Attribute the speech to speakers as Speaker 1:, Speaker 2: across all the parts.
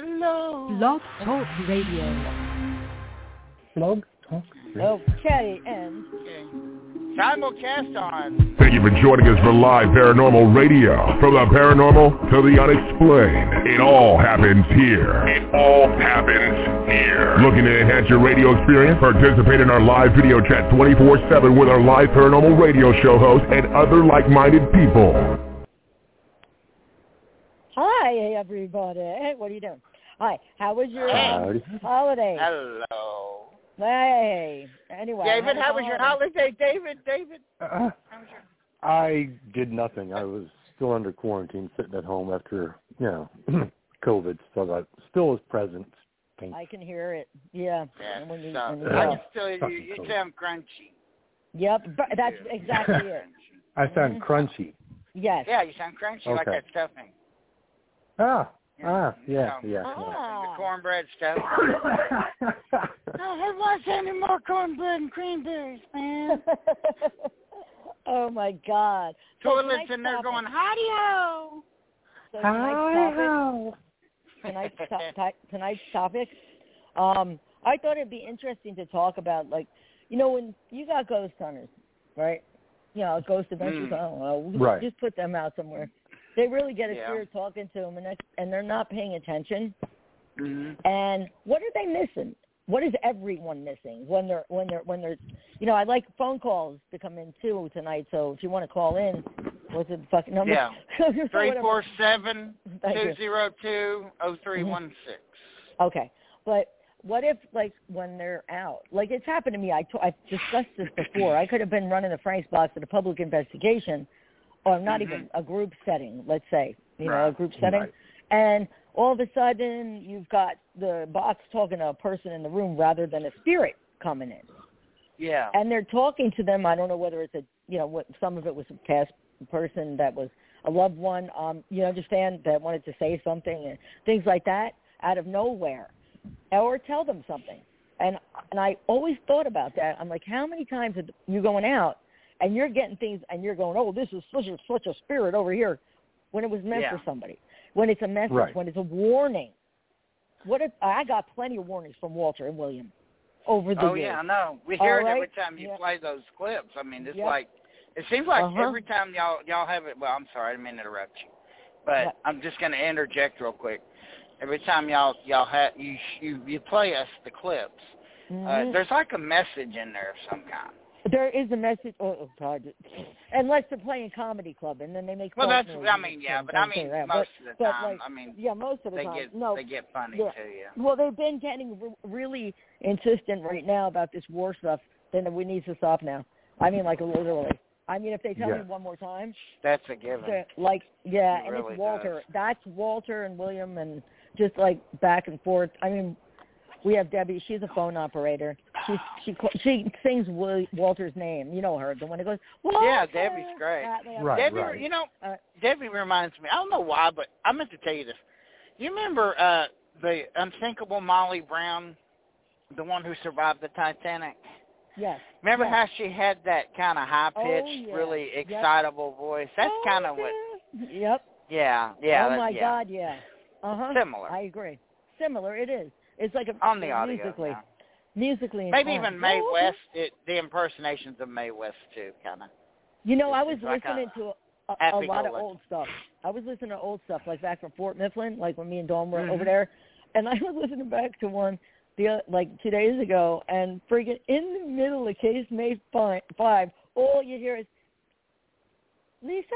Speaker 1: below.
Speaker 2: Blog Talk Radio.
Speaker 3: Blog Talk Radio.
Speaker 4: Okay, and
Speaker 1: Okay. Simulcast on.
Speaker 5: Thank you for joining us for live paranormal radio. From the paranormal to the unexplained, it all happens here. It all happens here. Looking to enhance your radio experience? Participate in our live video chat 24-7 with our live paranormal radio show host and other like-minded people.
Speaker 4: hi everybody. What are you doing? Hi. How was your um,
Speaker 3: Howdy.
Speaker 4: holiday?
Speaker 1: Hello.
Speaker 4: Hey. Anyway.
Speaker 1: David, how was your holiday? David, David.
Speaker 3: Uh, I did nothing. I was still under quarantine, sitting at home after you know COVID. So that still is present. Thank-
Speaker 4: I can hear it. Yeah.
Speaker 1: Yeah,
Speaker 4: And when you-
Speaker 1: so-
Speaker 4: when you-
Speaker 1: I
Speaker 4: yeah.
Speaker 1: can still hear you. You sound crunchy.
Speaker 4: Yep. But that's exactly it.
Speaker 3: I sound
Speaker 4: Mm-hmm.
Speaker 3: crunchy.
Speaker 4: Yes.
Speaker 1: Yeah, you sound crunchy like
Speaker 3: Okay.
Speaker 1: that stuffing.
Speaker 3: Ah,
Speaker 1: Yeah.
Speaker 3: ah, yeah,
Speaker 1: Um, The
Speaker 3: yeah.
Speaker 4: Ah.
Speaker 1: cornbread stuff.
Speaker 4: Oh.
Speaker 1: I want any more cornbread and cranberries, man.
Speaker 4: oh my God. So
Speaker 1: Toilets
Speaker 4: tonight's
Speaker 1: in there
Speaker 4: topic-
Speaker 1: going, howdy-ho.
Speaker 4: So tonight's topic- tonight's, to- ti- tonight's topic. Um, I thought it'd be interesting to talk about, like, you know, when you got ghost hunters, right? You know, ghost adventures.
Speaker 1: Mm.
Speaker 4: I don't know. we
Speaker 3: Right.
Speaker 4: Just put them out somewhere. They really get a
Speaker 1: Yeah.
Speaker 4: fear talking to them, and that's, and they're not paying attention.
Speaker 1: Mhm.
Speaker 4: And what are they missing? What is everyone missing when they're when they're when they're you know I like phone calls to come in too tonight. So if you want to call in, what's the fucking number?
Speaker 1: Yeah.
Speaker 4: Whatever.
Speaker 1: Three four seven
Speaker 4: Thank you.
Speaker 1: two zero two oh three one six.
Speaker 4: Okay, but what if like when they're out? Like it's happened to me. I t- I've discussed this before. I could have been running the Frank's box at a public investigation, or not even a group setting. Let's say you know a
Speaker 1: Right.
Speaker 4: group setting,
Speaker 3: Right.
Speaker 4: and all of a sudden you've got the box talking to a person in the room rather than a spirit coming in
Speaker 1: Yeah.
Speaker 4: and they're talking to them. I don't know whether it's a you know what some of it was a past person that was a loved one. Um, you understand that wanted to say something and things like that out of nowhere, or tell them something. And and I always thought about that. I'm like, how many times are you going out and you're getting things and you're going, oh, this is such a such a spirit over here, when it was meant for
Speaker 1: Yeah.
Speaker 4: somebody, when it's a message,
Speaker 3: Right.
Speaker 4: when it's a warning. What if I got plenty of warnings from Walter and William over the
Speaker 1: Oh
Speaker 4: years?
Speaker 1: yeah, I know. We hear
Speaker 4: All
Speaker 1: it every
Speaker 4: right.
Speaker 1: time you
Speaker 4: Yeah.
Speaker 1: play those clips. I mean, it's
Speaker 4: Yep.
Speaker 1: like it seems like
Speaker 4: Uh-huh.
Speaker 1: every time y'all y'all have it. Well, I'm sorry, I didn't mean to interrupt you, but
Speaker 4: What?
Speaker 1: I'm just going to interject real quick. Every time y'all y'all have you sh- you you play us the clips,
Speaker 4: Mhm.
Speaker 1: uh, there's like a message in there of some kind.
Speaker 4: There is a message. Oh, oh God! Unless they're playing comedy club, and then they make.
Speaker 1: Well,
Speaker 4: false
Speaker 1: that's
Speaker 4: noises
Speaker 1: I
Speaker 4: and
Speaker 1: mean, yeah,
Speaker 4: things
Speaker 1: but I
Speaker 4: like
Speaker 1: mean
Speaker 4: that.
Speaker 1: most
Speaker 4: But-
Speaker 1: of the
Speaker 4: but,
Speaker 1: time,
Speaker 4: like,
Speaker 1: I mean
Speaker 4: yeah, most of the
Speaker 1: they
Speaker 4: time.
Speaker 1: get
Speaker 4: no,
Speaker 1: they get funny
Speaker 4: yeah.
Speaker 1: too. Yeah.
Speaker 4: well, they've been getting re- really insistent right now about this war stuff. Then we need to stop now. I mean, like literally. I mean, if they tell
Speaker 3: Yeah.
Speaker 4: me one more time,
Speaker 1: That's a given.
Speaker 4: they're like, yeah,
Speaker 1: It
Speaker 4: and
Speaker 1: really
Speaker 4: it's Walter.
Speaker 1: does.
Speaker 4: That's Walter and William, and just like back and forth. I mean, we have Debbie. She's a phone operator. She she ca- she sings Wil- Walter's name. You know her, the one that goes. Walter!
Speaker 1: Yeah, Debbie's great.
Speaker 4: That way.
Speaker 3: Right.
Speaker 1: Debbie, you know,
Speaker 4: Uh,
Speaker 1: Debbie reminds me. I don't know why, but I meant to tell you this. You remember uh the unthinkable Molly Brown, the one who survived the Titanic?
Speaker 4: Yes.
Speaker 1: Remember
Speaker 4: Yes.
Speaker 1: how she had that kind of high pitched,
Speaker 4: Oh, yeah.
Speaker 1: really
Speaker 4: Yep.
Speaker 1: excitable voice? That's kind of what.
Speaker 4: Yep.
Speaker 1: Yeah, yeah.
Speaker 4: oh
Speaker 1: that-
Speaker 4: my
Speaker 1: yeah.
Speaker 4: God. Yeah. Uh huh.
Speaker 1: Similar.
Speaker 4: I agree. Similar. It is. It's like a
Speaker 1: On the audio.
Speaker 4: musically,
Speaker 1: now.
Speaker 4: musically.
Speaker 1: Maybe
Speaker 4: inclined.
Speaker 1: even Mae
Speaker 4: Walter.
Speaker 1: West, it, the impersonations of Mae West too, kind of.
Speaker 4: You know, I was
Speaker 1: It's like
Speaker 4: listening
Speaker 1: a
Speaker 4: to a, a,
Speaker 1: happy
Speaker 4: lot of
Speaker 1: go lucky.
Speaker 4: old stuff. I was listening to old stuff, like back from Fort Mifflin, like when me and Dawn were
Speaker 1: Mhm.
Speaker 4: over there, and I was listening back to one the oth- like two days ago, and freaking in the middle of Case May Fi- Five, all you hear is Lisa.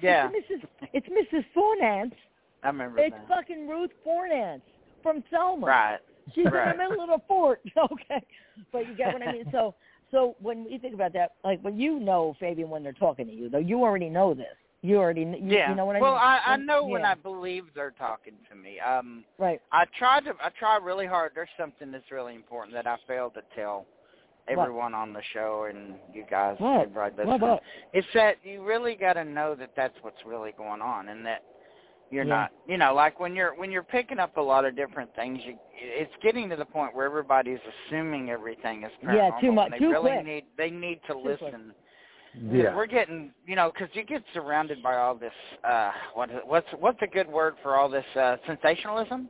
Speaker 1: Yeah,
Speaker 4: It's Mrs. It's Mrs. Fornance.
Speaker 1: I remember
Speaker 4: It's
Speaker 1: that.
Speaker 4: fucking Ruth Fornance from Selma.
Speaker 1: Right.
Speaker 4: She's
Speaker 1: Right.
Speaker 4: in the middle of the fort. Okay. But you get what I mean? So so when you think about that, like when you know, Fabian, when they're talking to you, though, you already know this. You already kn- you,
Speaker 1: yeah.
Speaker 4: you know what I
Speaker 1: well,
Speaker 4: mean?
Speaker 1: I, I
Speaker 4: When-
Speaker 1: know when
Speaker 4: yeah,
Speaker 1: I believe they're talking to me. Um,
Speaker 4: Right.
Speaker 1: I tried to. I try really hard. There's something that's really important that I failed to tell
Speaker 4: What?
Speaker 1: everyone on the show and you guys.
Speaker 4: What?
Speaker 1: Everybody
Speaker 4: What,
Speaker 1: listening.
Speaker 4: what?
Speaker 1: It's that you really got to know that that's what's really going on, and that you're
Speaker 4: Yeah.
Speaker 1: not. You know, like when you're when you're picking up a lot of different things, you, it's getting to the point where everybody's assuming everything is paranormal.
Speaker 4: Yeah, too much-
Speaker 1: and They
Speaker 4: too
Speaker 1: really
Speaker 4: quick.
Speaker 1: need. They need to
Speaker 4: quick.
Speaker 1: listen
Speaker 3: Yeah.
Speaker 1: We're getting, you know, because you get surrounded by all this. Uh, what is, what's what's a good word for all this uh, sensationalism?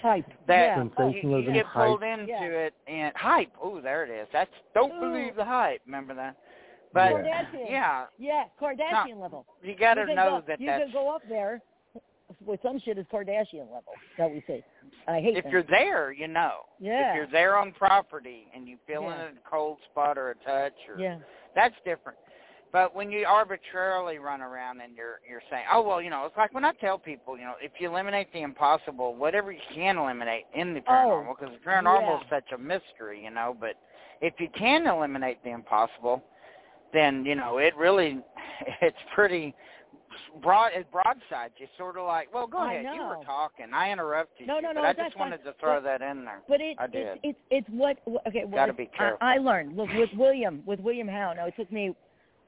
Speaker 4: Hype.
Speaker 1: That
Speaker 4: yeah.
Speaker 1: you- you,
Speaker 3: Sensationalism,
Speaker 1: get pulled
Speaker 3: hype.
Speaker 1: into
Speaker 4: Yeah. Mm.
Speaker 1: it and hype. Oh, there it is. That's don't
Speaker 4: Ooh.
Speaker 1: believe the hype. Remember that? But
Speaker 3: Yeah.
Speaker 4: Kardashian.
Speaker 1: yeah,
Speaker 4: Yeah, Kardashian level.
Speaker 1: you got
Speaker 4: You
Speaker 1: to
Speaker 4: can
Speaker 1: know
Speaker 4: go,
Speaker 1: that
Speaker 4: you
Speaker 1: that's
Speaker 4: can go up there with some shit is Kardashian level that we see. And I hate
Speaker 1: if
Speaker 4: them.
Speaker 1: you're there, you know.
Speaker 4: Yeah.
Speaker 1: If you're there on property and you feel in
Speaker 4: Yeah.
Speaker 1: a cold spot or a touch or
Speaker 4: yeah.
Speaker 1: that's different. But when you arbitrarily run around and you're you're saying, oh well, you know, it's like when I tell people, you know, if you eliminate the impossible, whatever you can eliminate in the paranormal, because the paranormal is
Speaker 4: Oh, yeah.
Speaker 1: such a mystery, you know. But if you can eliminate the impossible, then you know it really, it's pretty broad. It's broadside. You're sort of like, well, go
Speaker 4: I
Speaker 1: ahead, you
Speaker 4: know.
Speaker 1: were talking, I interrupted
Speaker 4: No,
Speaker 1: you,
Speaker 4: no, no,
Speaker 1: but I
Speaker 4: that's
Speaker 1: just wanted
Speaker 4: fine.
Speaker 1: to throw
Speaker 4: But-
Speaker 1: that in there.
Speaker 4: But it,
Speaker 1: I
Speaker 4: it's
Speaker 1: did.
Speaker 4: it's it's what what- okay. Well,
Speaker 1: Gotta
Speaker 4: it's-
Speaker 1: be careful.
Speaker 4: I, I learned look with William with William Howe. Now it took me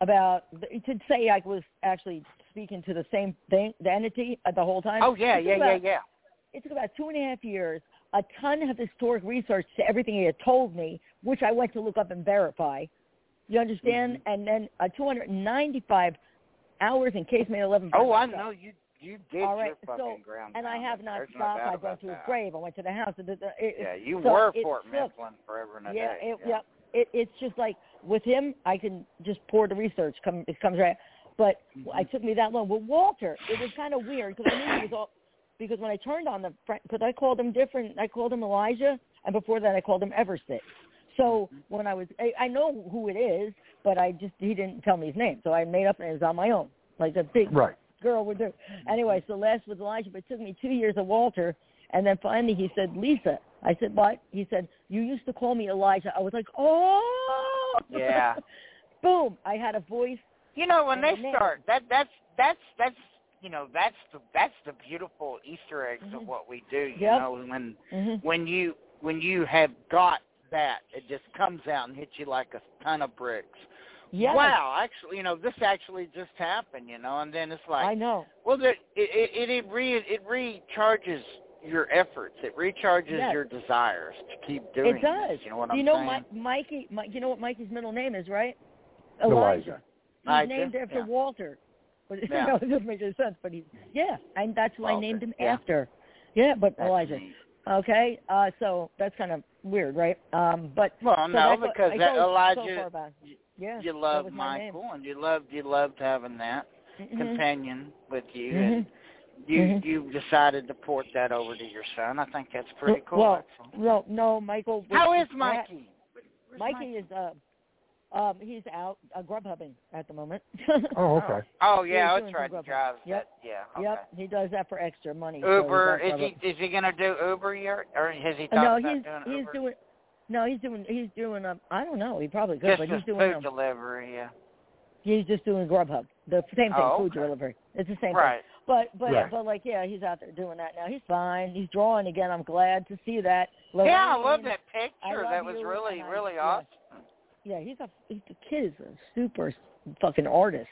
Speaker 4: about to say I was actually speaking to the same thing, the entity uh, the whole time.
Speaker 1: oh yeah,
Speaker 4: It took
Speaker 1: yeah, yeah,
Speaker 4: about-
Speaker 1: yeah.
Speaker 4: It took about two and a half years, a ton of historic research to everything he had told me, which I went to look up and verify. You understand?
Speaker 1: Mm-hmm.
Speaker 4: And then uh, 295 hours in case May 11.
Speaker 1: Oh, I know you. You did
Speaker 4: All
Speaker 1: your
Speaker 4: right,
Speaker 1: fucking
Speaker 4: so-
Speaker 1: ground.
Speaker 4: And I
Speaker 1: pounding.
Speaker 4: have not
Speaker 1: There's no
Speaker 4: stopped.
Speaker 1: doubt
Speaker 4: I've gone
Speaker 1: about
Speaker 4: to his
Speaker 1: that.
Speaker 4: grave. I went to the house. It- it- it-
Speaker 1: Yeah, you
Speaker 4: so
Speaker 1: were
Speaker 4: it
Speaker 1: Fort
Speaker 4: took-
Speaker 1: Mifflin forever and a
Speaker 4: yeah,
Speaker 1: day.
Speaker 4: it, yep. It, it's just like with him, I can just pour the research. Come, it comes right. But it took me that long. With Walter, it was kind of weird because I knew he was all. Because when I turned on the, because I called him different. I called him Elijah, and before that, I called him Everstit. So when I was, I, I know who it is, but I just he didn't tell me his name, so I made up and it was on my own, like a big
Speaker 3: Right.
Speaker 4: girl would do.
Speaker 1: Mm-hmm.
Speaker 4: Anyway, so last was Elijah, but it took me two years of Walter, and then finally he said, Lisa. I said, what? He said, you used to call me Elijah. I was like, oh.
Speaker 1: Yeah.
Speaker 4: Boom. I had a voice.
Speaker 1: You know, when they
Speaker 4: And then-
Speaker 1: start, that that's that's that's you know that's the that's the beautiful Easter eggs of what we do. You
Speaker 4: Mm-hmm. Yep.
Speaker 1: know, when
Speaker 4: Mm-hmm.
Speaker 1: when you when you have got that, it just comes out and hits you like a ton of bricks.
Speaker 4: Yes.
Speaker 1: Wow, actually, you know, this actually just happened. You know, and then it's like,
Speaker 4: I know.
Speaker 1: Well, there, it, it it re it recharges your efforts. It recharges
Speaker 4: Yes.
Speaker 1: your desires to keep doing.
Speaker 4: it does.
Speaker 1: This, you know what
Speaker 4: Do
Speaker 1: I'm
Speaker 4: you know
Speaker 1: saying?
Speaker 4: Mi- Mikey, Mi- you know what Mikey's middle name is, right?
Speaker 3: Elijah.
Speaker 4: He's
Speaker 1: Elijah,
Speaker 4: named after
Speaker 1: yeah.
Speaker 4: Walter. But
Speaker 1: Yeah.
Speaker 4: no, it doesn't make any sense. But he, yeah, and that's who I
Speaker 1: Walter,
Speaker 4: named him
Speaker 1: yeah.
Speaker 4: after. Yeah, but
Speaker 1: That's
Speaker 4: Elijah.
Speaker 1: neat.
Speaker 4: Okay, uh, so that's kind of weird, right? Um, but
Speaker 1: Well,
Speaker 4: so
Speaker 1: no,
Speaker 4: that's what-
Speaker 1: because
Speaker 4: it
Speaker 1: that
Speaker 4: goes
Speaker 1: Elijah,
Speaker 4: so far back.
Speaker 1: you-
Speaker 4: yeah,
Speaker 1: you
Speaker 4: that
Speaker 1: love
Speaker 4: was my name.
Speaker 1: Michael, and you loved you loved having that
Speaker 4: Mhm.
Speaker 1: companion with you,
Speaker 4: Mhm.
Speaker 1: and you
Speaker 4: Mhm.
Speaker 1: you decided to port that over to your son. I think that's pretty cool.
Speaker 4: Well,
Speaker 1: actually.
Speaker 4: no, no, Michael. was-
Speaker 1: How is
Speaker 4: that-
Speaker 1: Mikey? Where's
Speaker 4: Mikey is uh, um, he's out uh, grub hubbing at the moment.
Speaker 3: Oh, okay.
Speaker 1: Oh yeah,
Speaker 4: Yeah, he's
Speaker 1: that's
Speaker 4: doing
Speaker 1: right.
Speaker 4: some
Speaker 1: He drives
Speaker 4: Yep.
Speaker 1: that. Yeah. Oh, Okay.
Speaker 4: Yep, he does that for extra money. so he's
Speaker 1: Uber?
Speaker 4: out
Speaker 1: Is
Speaker 4: grub
Speaker 1: he is he gonna do Uber yet, or has he
Speaker 4: hubbing.
Speaker 1: talked
Speaker 4: No,
Speaker 1: about
Speaker 4: he's
Speaker 1: doing
Speaker 4: he's
Speaker 1: Uber?
Speaker 4: doing. No, he's doing he's doing um I don't know he probably could
Speaker 1: Just
Speaker 4: but
Speaker 1: the
Speaker 4: he's doing
Speaker 1: food
Speaker 4: um,
Speaker 1: delivery. Yeah.
Speaker 4: he's just doing Grubhub the same thing
Speaker 1: Oh,
Speaker 4: food
Speaker 1: okay.
Speaker 4: delivery it's the same thing
Speaker 1: Right.
Speaker 4: But but
Speaker 3: Right.
Speaker 4: but like yeah, he's out there doing that now. He's fine. He's drawing again. I'm glad to see that.
Speaker 1: Yeah, I
Speaker 4: Lorraine-
Speaker 1: love that picture.
Speaker 4: love
Speaker 1: That was
Speaker 4: you,
Speaker 1: really
Speaker 4: and I-
Speaker 1: really
Speaker 4: yeah.
Speaker 1: awesome.
Speaker 4: Yeah, he's a he's, the kid is a super fucking artist.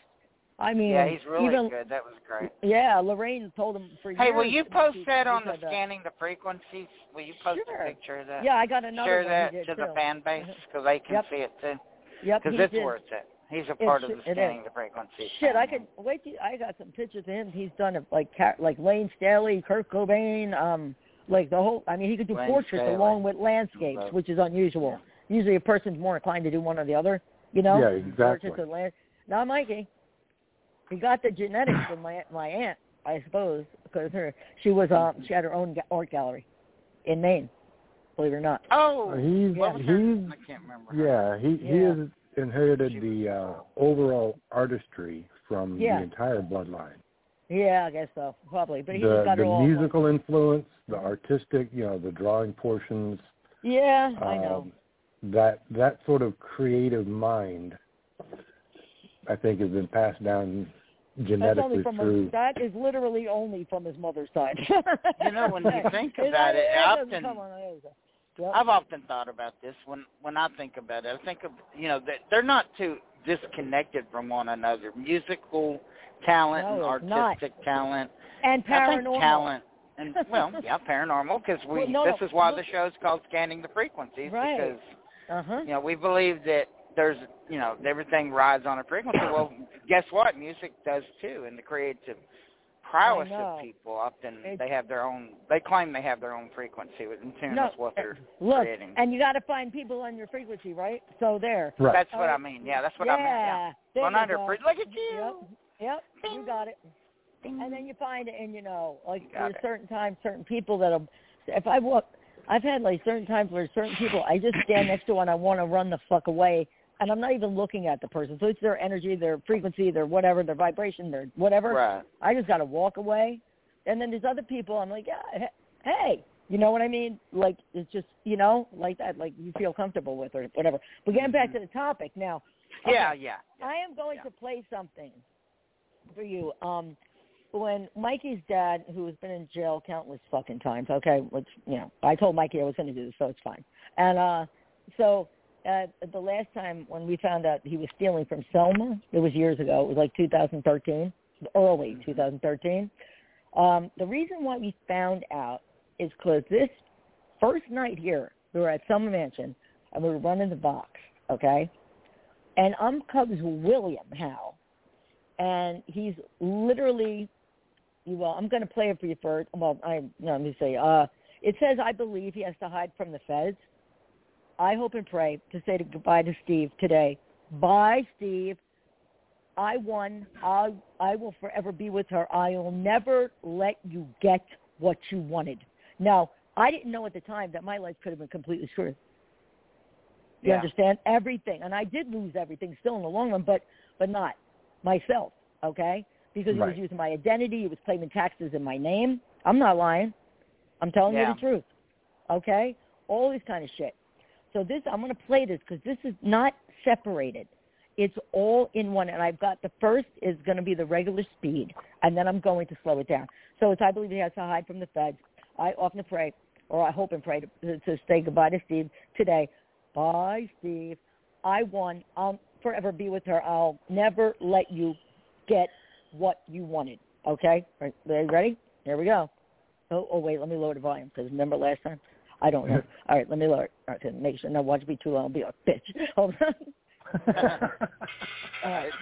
Speaker 4: I mean,
Speaker 1: Yeah, he's really
Speaker 4: even
Speaker 1: good. That was great.
Speaker 4: yeah. Lorraine told him for
Speaker 1: Hey,
Speaker 4: years.
Speaker 1: will you post
Speaker 4: she-
Speaker 1: that
Speaker 4: she
Speaker 1: on the
Speaker 4: said, uh,
Speaker 1: scanning the frequencies? Will you post
Speaker 4: Sure.
Speaker 1: a picture of that?
Speaker 4: Yeah, I got another
Speaker 1: Share
Speaker 4: one
Speaker 1: that
Speaker 4: he did
Speaker 1: to
Speaker 4: too. Uh-huh.
Speaker 1: the fan base because they can
Speaker 4: Yep.
Speaker 1: see it too.
Speaker 4: Yep,
Speaker 1: Because
Speaker 4: he
Speaker 1: it's
Speaker 4: did.
Speaker 1: worth it. He's a
Speaker 4: It
Speaker 1: part of
Speaker 4: should-
Speaker 1: the
Speaker 4: it is.
Speaker 1: scanning the frequencies.
Speaker 4: Shit, I
Speaker 1: thing.
Speaker 4: could wait. Till, I got some pictures of him. He's done of like Car- like Lane Staley, Kurt Cobain, um, like the whole. I mean, he could do
Speaker 1: Lane
Speaker 4: portraits
Speaker 1: Staley.
Speaker 4: along with landscapes,
Speaker 1: Love-
Speaker 4: which is unusual. Usually, a person's more inclined to do one or the other. You know,
Speaker 3: Yeah, exactly.
Speaker 4: portraits or land. Not Mikey. He got the genetics from my my aunt, I suppose, because her she was um she had her own ga- art gallery in Maine. Believe it or not.
Speaker 1: Oh,
Speaker 3: He's
Speaker 1: what was her?
Speaker 3: he's
Speaker 1: I can't remember. her.
Speaker 3: yeah he he
Speaker 4: Yeah.
Speaker 3: has inherited the uh, overall artistry from
Speaker 4: Yeah.
Speaker 3: the entire bloodline.
Speaker 4: Yeah, I guess so, probably. But he
Speaker 3: the
Speaker 4: just got
Speaker 3: the
Speaker 4: it all. in one.
Speaker 3: musical influence, the artistic, you know, the drawing portions.
Speaker 4: Yeah, I know.
Speaker 3: um, that that sort of creative mind, I think, has been passed down
Speaker 4: That's only
Speaker 3: genetically
Speaker 4: from
Speaker 3: through.
Speaker 4: his, that is literally only from his mother's side.
Speaker 1: You know, when you think
Speaker 4: It-
Speaker 1: about it,
Speaker 4: it doesn't
Speaker 1: often-
Speaker 4: come on the other side. Yep.
Speaker 1: I've often thought about this when when I think about it. I think of you know that they're not too disconnected from one another. Musical talent
Speaker 4: No, it's
Speaker 1: and
Speaker 4: not.
Speaker 1: artistic talent.
Speaker 4: and
Speaker 1: I think
Speaker 4: paranormal.
Speaker 1: talent and well, yeah, paranormal because we
Speaker 4: Well, no,
Speaker 1: this
Speaker 4: no,
Speaker 1: is why
Speaker 4: look-
Speaker 1: the show's called Scanning the Frequencies
Speaker 4: Right.
Speaker 1: because
Speaker 4: Uh huh.
Speaker 1: you know we believe that there's you know everything rides on a frequency. Well, guess what? Music does too, and the creative prowess of people often
Speaker 4: It's-
Speaker 1: they have their own. They claim they have their own frequency in tune
Speaker 4: No,
Speaker 1: with what they're
Speaker 4: Look,
Speaker 1: creating.
Speaker 4: and you got to find people on your frequency, right? So there.
Speaker 3: Right.
Speaker 1: That's what
Speaker 4: uh,
Speaker 1: I mean. Yeah, that's what
Speaker 4: yeah,
Speaker 1: I mean. Yeah.
Speaker 4: There
Speaker 1: One
Speaker 4: you
Speaker 1: hundred
Speaker 4: go.
Speaker 1: free. Look at you.
Speaker 4: Yep. Yep. You
Speaker 1: Bing.
Speaker 4: got it.
Speaker 1: Ding.
Speaker 4: And then you find it, and you know, like
Speaker 1: Got
Speaker 4: there's
Speaker 1: it.
Speaker 4: certain times, certain people that'll. If I walk, I've had like certain times where certain people I just stand next to and I want to run the fuck away, and I'm not even looking at the person. So it's their energy, their frequency, their whatever, their vibration, their whatever.
Speaker 1: right.
Speaker 4: I just got to walk away. And then there's other people. I'm like, yeah, he- hey, you know what I mean? Like it's just you know like that, like you feel comfortable with or whatever. But getting back
Speaker 1: Mm-hmm.
Speaker 4: to the topic now. okay,
Speaker 1: Yeah, yeah.
Speaker 4: I am going
Speaker 1: Yeah.
Speaker 4: to play something for you. Um, when Mikey's dad, who has been in jail countless fucking times, okay, which you know, I told Mikey I was going to do this, so it's fine. And uh, so uh, the last time when we found out he was stealing from Selma, it was years ago. It was like 2013, early
Speaker 1: Mm-hmm.
Speaker 4: 2013. Um, the reason why we found out is because this first night here, we were at Selma Mansion and we were running the box, okay? And I'm Cubs William Howe. And he's literally, well, I'm going to play it for you first. Well, I, no, let me say, uh, it says, I believe he has to hide from the feds. I hope and pray to say goodbye to Steve today. Bye, Steve. I won. I, I will forever be with her. I'll never let you get what you wanted. Now, I didn't know at the time that my life could have been completely screwed. You
Speaker 1: Yeah.
Speaker 4: understand everything, and I did lose everything still in the long run, but but not myself, okay? Because he was
Speaker 3: Right.
Speaker 4: using my identity. He was claiming taxes in my name. I'm not lying. I'm telling
Speaker 1: Yeah.
Speaker 4: you the truth, okay? All this kind of shit. So this, I'm going to play this because this is not separated. It's all in one, and I've got the first is going to be the regular speed, and then I'm going to slow it down. So it's I believe he has to hide from the feds. I often pray, or I hope and pray to, to say goodbye to Steve today. Bye, Steve. I won. I'll forever be with her. I'll never let you get what you wanted. Okay? Are are you ready? Here we go. Oh, oh wait, let me lower the volume because remember last time? I don't know. All right, let me lower it. All right, then make sure. Now watch me too long. I'll be a bitch. Hold on. All right.
Speaker 1: Uh,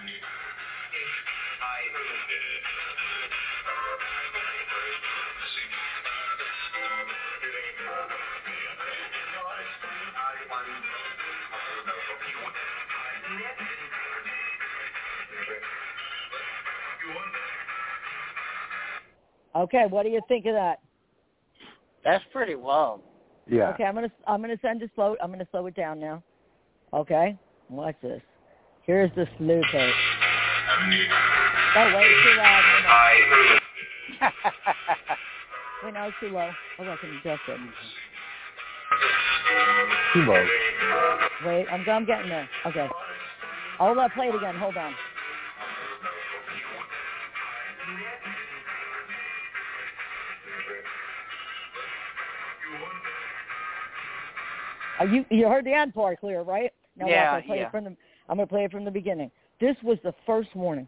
Speaker 4: Okay, what do you think of that?
Speaker 1: That's pretty low.
Speaker 3: yeah.
Speaker 4: Okay, I'm gonna I'm gonna send it slow. I'm gonna slow it down now. Okay, watch this. Here's the slew tape. Oh wait, it's too loud. Hold on. Wait, now it's too low. Oh, I can adjust it.
Speaker 3: Too low.
Speaker 4: Wait, I'm I'm getting there. Okay. I'll uh, play it again. Hold on. Uh, you you heard the end part clear, right? Now
Speaker 1: Yeah,
Speaker 4: watch, I'll play
Speaker 1: yeah.
Speaker 4: it from the, I'm going to play it from the beginning. This was the first warning.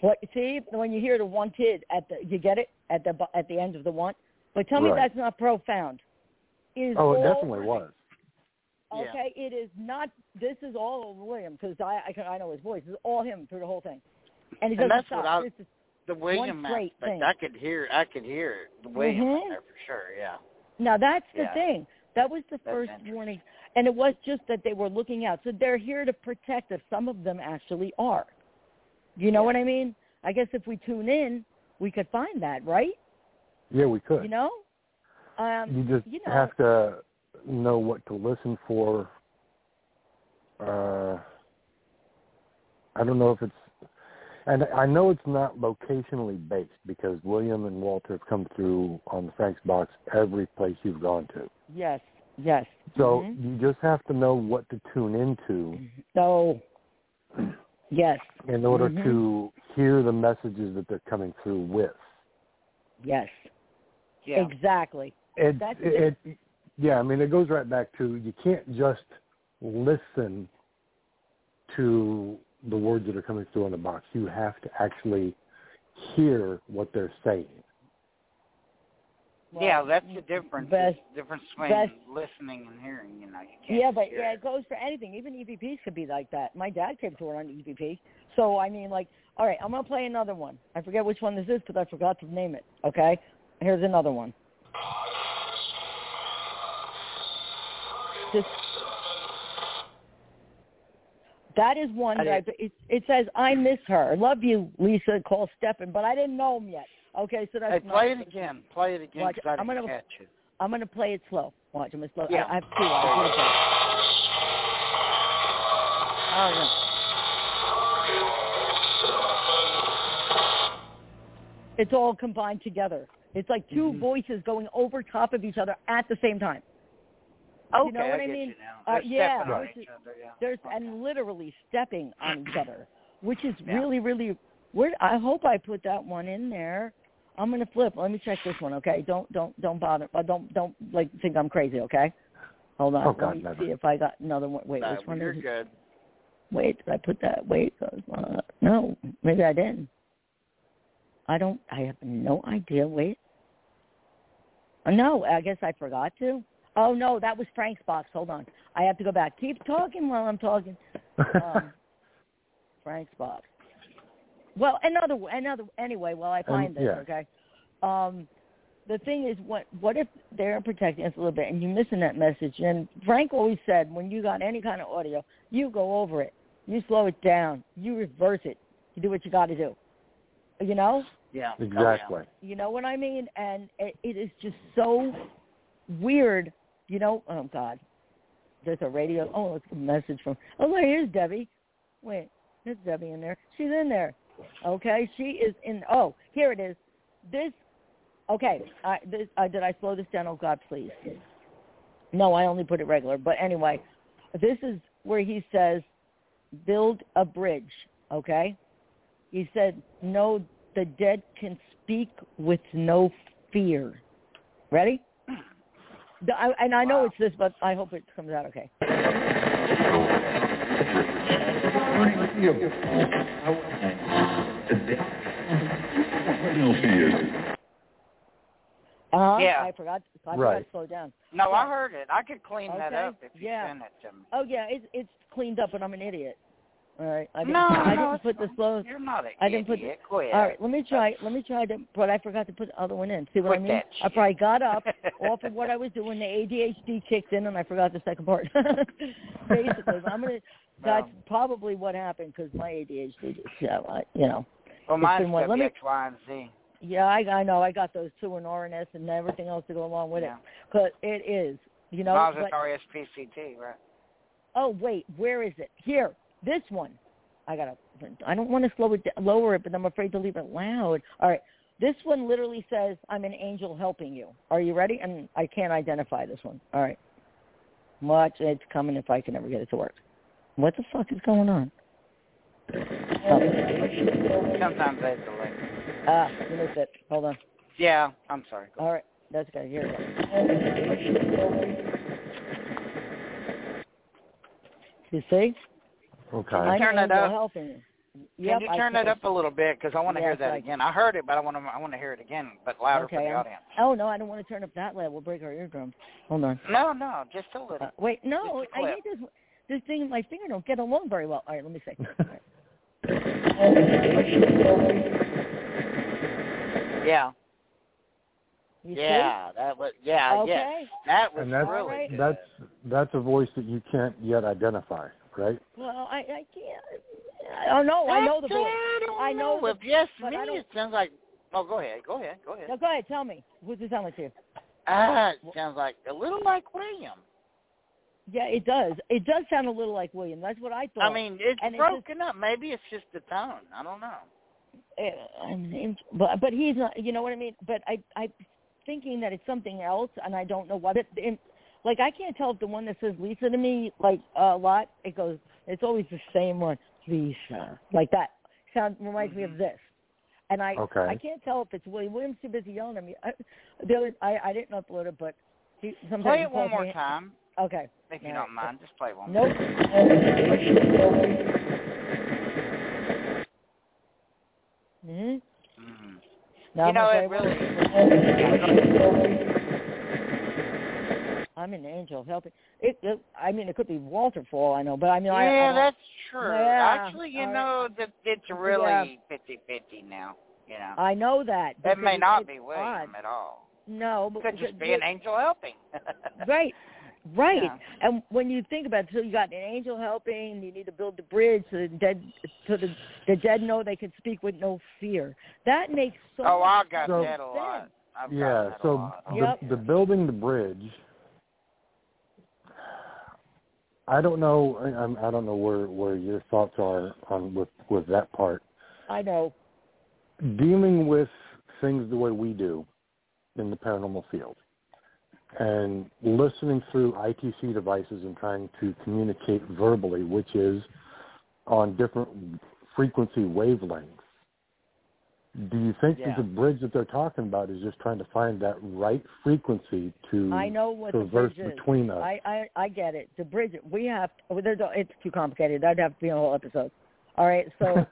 Speaker 4: What see when you hear the wanted at the you get it at the bu- at the end of the want, but tell me
Speaker 3: Right.
Speaker 4: that's not profound. It is
Speaker 3: Oh,
Speaker 4: all-
Speaker 3: it definitely was.
Speaker 1: Yeah.
Speaker 4: Okay, it is not. This is all William because I I, can, I know his voice. It's all him through the whole thing, and it
Speaker 1: And that's
Speaker 4: doesn't stop.
Speaker 1: what I-
Speaker 4: This is-
Speaker 1: The William
Speaker 4: straight
Speaker 1: aspect,
Speaker 4: thing.
Speaker 1: I could hear. I could hear it. The William
Speaker 4: Mhm.
Speaker 1: in there for sure. Yeah.
Speaker 4: Now that's the
Speaker 1: Yeah.
Speaker 4: thing. That was the
Speaker 1: That's
Speaker 4: first
Speaker 1: interesting.
Speaker 4: warning, and it was just that they were looking out. So they're here to protect us. Some of them actually are. You know what I mean? I guess if we tune in, we could find that, right?
Speaker 3: Yeah, we could.
Speaker 4: You know, um,
Speaker 3: you just
Speaker 4: you know,
Speaker 3: have to know what to listen for. Uh, I don't know if it's, and I know it's not locationally based because William and Walter have come through on the Frank's box every place you've gone to.
Speaker 4: yes, yes.
Speaker 3: Mm-hmm. So mm-hmm.
Speaker 4: Mhm.
Speaker 3: you just have to know what to tune into
Speaker 4: So Yes.
Speaker 3: in order
Speaker 4: Mhm.
Speaker 3: to hear the messages that they're coming through with.
Speaker 4: Yes.
Speaker 1: Yeah.
Speaker 4: Exactly.
Speaker 3: It,
Speaker 4: That's
Speaker 3: it, it, yeah, I mean, it goes right back to you can't just listen to the words that are coming through on the box. You have to actually hear what they're saying.
Speaker 1: yeah, that's the difference.
Speaker 4: best-
Speaker 1: the difference between
Speaker 4: best-
Speaker 1: listening and hearing. You know, you can't.
Speaker 4: Yeah, but
Speaker 1: hear
Speaker 4: yeah,
Speaker 1: it.
Speaker 4: it goes for anything. Even EVPs could be like that. My dad came to one on EVP. So I mean, like, all right, I'm gonna play another one. I forget which one this is because I forgot to name it. Okay, here's another one. This, that is one that I, it, it says I miss her. Love you, Lisa. Call Stefan, but I didn't know him yet. Okay, so that's
Speaker 1: Hey,
Speaker 4: not
Speaker 1: play it again. Play it again
Speaker 4: Watch,
Speaker 1: 'cause I
Speaker 4: I'm
Speaker 1: didn't
Speaker 4: gonna-
Speaker 1: catch it.
Speaker 4: I'm gonna play it slow. Watch, I'm gonna slow.
Speaker 1: Yeah.
Speaker 4: I, I have two. I did it first.
Speaker 1: Oh yeah.
Speaker 4: it's all combined together. It's like 2
Speaker 1: Mm-hmm.
Speaker 4: voices going over top of each other at the same time.
Speaker 1: Okay,
Speaker 4: you know what I,
Speaker 1: get
Speaker 4: mean?
Speaker 1: you now.
Speaker 4: Uh,
Speaker 1: They're
Speaker 4: yeah,
Speaker 1: stepping on
Speaker 4: which
Speaker 1: each
Speaker 4: is-
Speaker 1: other, yeah.
Speaker 4: There's
Speaker 1: Okay.
Speaker 4: and literally stepping on each other, which is
Speaker 1: Yeah.
Speaker 4: really, really. Where I hope I put that one in there. I'm gonna flip. Let me check this one, okay? Don't don't don't bother. Uh, don't don't like think I'm crazy, okay? Hold on.
Speaker 3: Oh,
Speaker 4: Let
Speaker 3: God,
Speaker 4: me
Speaker 3: never.
Speaker 4: see if I got another one. Wait,
Speaker 1: Uh,
Speaker 4: which one
Speaker 1: you're
Speaker 4: is it?
Speaker 1: good.
Speaker 4: Wait, did I put that? Wait, uh, no, maybe I didn't. I don't. I have no idea. Wait. Uh, No, I guess I forgot to. Oh no, that was Frank's box. Hold on, I have to go back. Keep talking while I'm talking. Um, Frank's box. Well, another, another. Anyway, while I find this,
Speaker 3: yeah.
Speaker 4: okay. Um, the thing is, what what if they're protecting us a little bit and you're missing that message? And Frank always said, when you got any kind of audio, you go over it, you slow it down, you reverse it, you do what you got to do. You know,
Speaker 1: Yeah. Oh, yeah.
Speaker 3: exactly.
Speaker 4: you know what I mean? And it, it is just so weird. You know, oh God, there's a radio. Oh, it's a message from. Oh, look, here's Debbie. Wait, there's Debbie in there. She's in there. Okay, she is in. Oh, here it is. This. Okay, I, this, uh, did I slow this down? Oh God, please. No, I only put it regular. But anyway, this is where he says, "Build a bridge." Okay, he said, "No, the dead can speak with no fear." Ready? The- I, and I know
Speaker 1: Wow.
Speaker 4: it's this, but I hope it comes out okay.
Speaker 6: No fear.
Speaker 4: Uh-huh.
Speaker 1: Yeah.
Speaker 4: I forgot. I forgot
Speaker 3: Right.
Speaker 4: to slow down.
Speaker 1: No, I
Speaker 4: Yeah.
Speaker 1: heard it. I could clean that
Speaker 4: Okay,
Speaker 1: up if you
Speaker 4: yeah.
Speaker 1: send it to me.
Speaker 4: Oh yeah, it's it's cleaned up, and I'm an idiot. All right. I didn't,
Speaker 1: no,
Speaker 4: I
Speaker 1: no,
Speaker 4: didn't
Speaker 1: it's
Speaker 4: put the
Speaker 1: fine.
Speaker 4: slow.
Speaker 1: You're not an
Speaker 4: I didn't put
Speaker 1: idiot. Quit.
Speaker 4: All right, let me try. Let me try to. But I forgot to put the other one in. See what I
Speaker 1: Quit
Speaker 4: mean?
Speaker 1: that
Speaker 4: I
Speaker 1: shit.
Speaker 4: probably got up off of what I was doing. The ADHD kicked in, and I forgot the second part. Basically, I'm gonna. That's
Speaker 1: Well.
Speaker 4: probably what happened because my ADHD. Just, yeah, I, you know.
Speaker 1: Well,
Speaker 4: It's
Speaker 1: mine's
Speaker 4: been one.
Speaker 1: got
Speaker 4: Let me-
Speaker 1: X, Y, and Z.
Speaker 4: Yeah, I, I know. I got those two and RNS and everything else to go along with
Speaker 1: yeah.
Speaker 4: it. But it is, you know.
Speaker 1: Mine's
Speaker 4: but-
Speaker 1: just RSPCT, right?
Speaker 4: Oh wait, where is it? Here, this one. I gotta. I don't want to slow it down, lower it, but I'm afraid to leave it loud. All right, this one literally says, "I'm an angel helping you." Are you ready? And I can't identify this one. All right, watch. It's coming if I can ever get it to work. What the fuck is going on? Ah, Oh,
Speaker 1: Sometimes I delay.
Speaker 4: ah, you missed it. Hold on.
Speaker 1: Yeah, I'm sorry. Go
Speaker 4: All right, that's good. Here it goes. You see?
Speaker 3: Okay.
Speaker 4: I'm
Speaker 1: turn
Speaker 4: an
Speaker 1: it
Speaker 4: angel
Speaker 1: up?
Speaker 4: helping you.
Speaker 1: Can
Speaker 4: Yep,
Speaker 1: you
Speaker 4: I
Speaker 1: turn
Speaker 4: can.
Speaker 1: that up a little bit? Because I want to hear
Speaker 4: Yes,
Speaker 1: that
Speaker 4: I-
Speaker 1: again. I heard it, but I want to. I want to hear it again, but louder for
Speaker 4: Okay,
Speaker 1: the
Speaker 4: I'm-
Speaker 1: audience.
Speaker 4: Oh no, I don't want to turn up that loud. We'll break our eardrums. Hold on.
Speaker 1: No, no, just a little.
Speaker 4: Uh, wait, no,
Speaker 1: Just a
Speaker 4: I
Speaker 1: clip.
Speaker 4: hate this. This thing in my finger don't get along very well. All right, let me see.
Speaker 1: yeah,
Speaker 4: You see?
Speaker 1: yeah, that was. Yeah, yeah,
Speaker 4: Okay.
Speaker 1: that was
Speaker 3: And that's
Speaker 1: really.
Speaker 4: Alright.
Speaker 1: good.
Speaker 3: that's that's a voice that you can't yet identify, right?
Speaker 4: Well, I I can't. Oh no, I know the
Speaker 1: Actually,
Speaker 4: voice.
Speaker 1: I don't
Speaker 4: I
Speaker 1: know
Speaker 4: know the-
Speaker 1: if yes,
Speaker 4: but
Speaker 1: me.
Speaker 4: I don't-
Speaker 1: It sounds like. Oh, go ahead. Go ahead. Go ahead.
Speaker 4: Now go ahead, tell me. What's it sound like to you?
Speaker 1: Ah, it sounds like a little like William.
Speaker 4: Yeah, it does. It does sound a little like William. That's what I thought.
Speaker 1: I mean, it's
Speaker 4: And it just-
Speaker 1: broken up. Maybe it's just the tone. I don't know.
Speaker 4: Uh, I'm named- but but he's not. You know what I mean? But I I'm thinking that it's something else, and I don't know what it. it like I can't tell if the one that says Lisa to me like a lot. It goes. It's always the same one. Visa, like that. Sound reminds me of this. And I
Speaker 3: Okay.
Speaker 4: I can't tell if it's William. William's too busy yelling at me. I, the other, I, I didn't upload it, but he, sometimes
Speaker 1: Play
Speaker 4: he
Speaker 1: it one
Speaker 4: calls
Speaker 1: more
Speaker 4: me-
Speaker 1: time,
Speaker 4: Okay.
Speaker 1: if you
Speaker 4: Yeah.
Speaker 1: don't mind. Just play one. more
Speaker 4: Nope. hmm
Speaker 1: time. Mhm.
Speaker 4: Now
Speaker 1: You
Speaker 4: I'm
Speaker 1: know,
Speaker 4: gonna
Speaker 1: it
Speaker 4: play one.
Speaker 1: really.
Speaker 4: I'm an angel. Help it. It, it. I mean, it could be Walter for all I know, but I mean, I, I
Speaker 1: Yeah,
Speaker 4: don't-
Speaker 1: that's true.
Speaker 4: Yeah,
Speaker 1: Actually, you
Speaker 4: all right.
Speaker 1: know that it's really fifty-fifty now. You know,
Speaker 4: I know that.
Speaker 1: that may
Speaker 4: because
Speaker 1: not
Speaker 4: Uh, it's
Speaker 1: be William
Speaker 4: odd.
Speaker 1: at all.
Speaker 4: No, but
Speaker 1: It could just
Speaker 4: but-
Speaker 1: be an angel helping.
Speaker 4: right, right.
Speaker 1: Yeah.
Speaker 4: And when you think about it, so you got an angel helping. You need to build the bridge so the dead, so the the dead know they can speak with no fear. That makes so.
Speaker 1: oh, I
Speaker 4: much
Speaker 1: got
Speaker 3: So-
Speaker 1: that a lot. I've gotten
Speaker 3: yeah.
Speaker 1: that a
Speaker 3: So
Speaker 1: lot.
Speaker 3: the,
Speaker 4: Yep.
Speaker 3: the building the bridge. I don't know. I, I'm- I don't know where where your thoughts are on with with that part.
Speaker 4: I know.
Speaker 3: dealing with things the way we do in the paranormal field and listening through ITC devices and trying to communicate verbally, which is on different frequency wavelengths. Do you think
Speaker 1: Yeah.
Speaker 3: that the bridge that they're talking about is just trying to find that right frequency to
Speaker 4: I know what the
Speaker 3: traverse
Speaker 4: bridge is.
Speaker 3: between us?
Speaker 4: I, I I get it. The bridge. We have. well, there's a- It's too complicated. That'd have to be a whole episode. All right. So,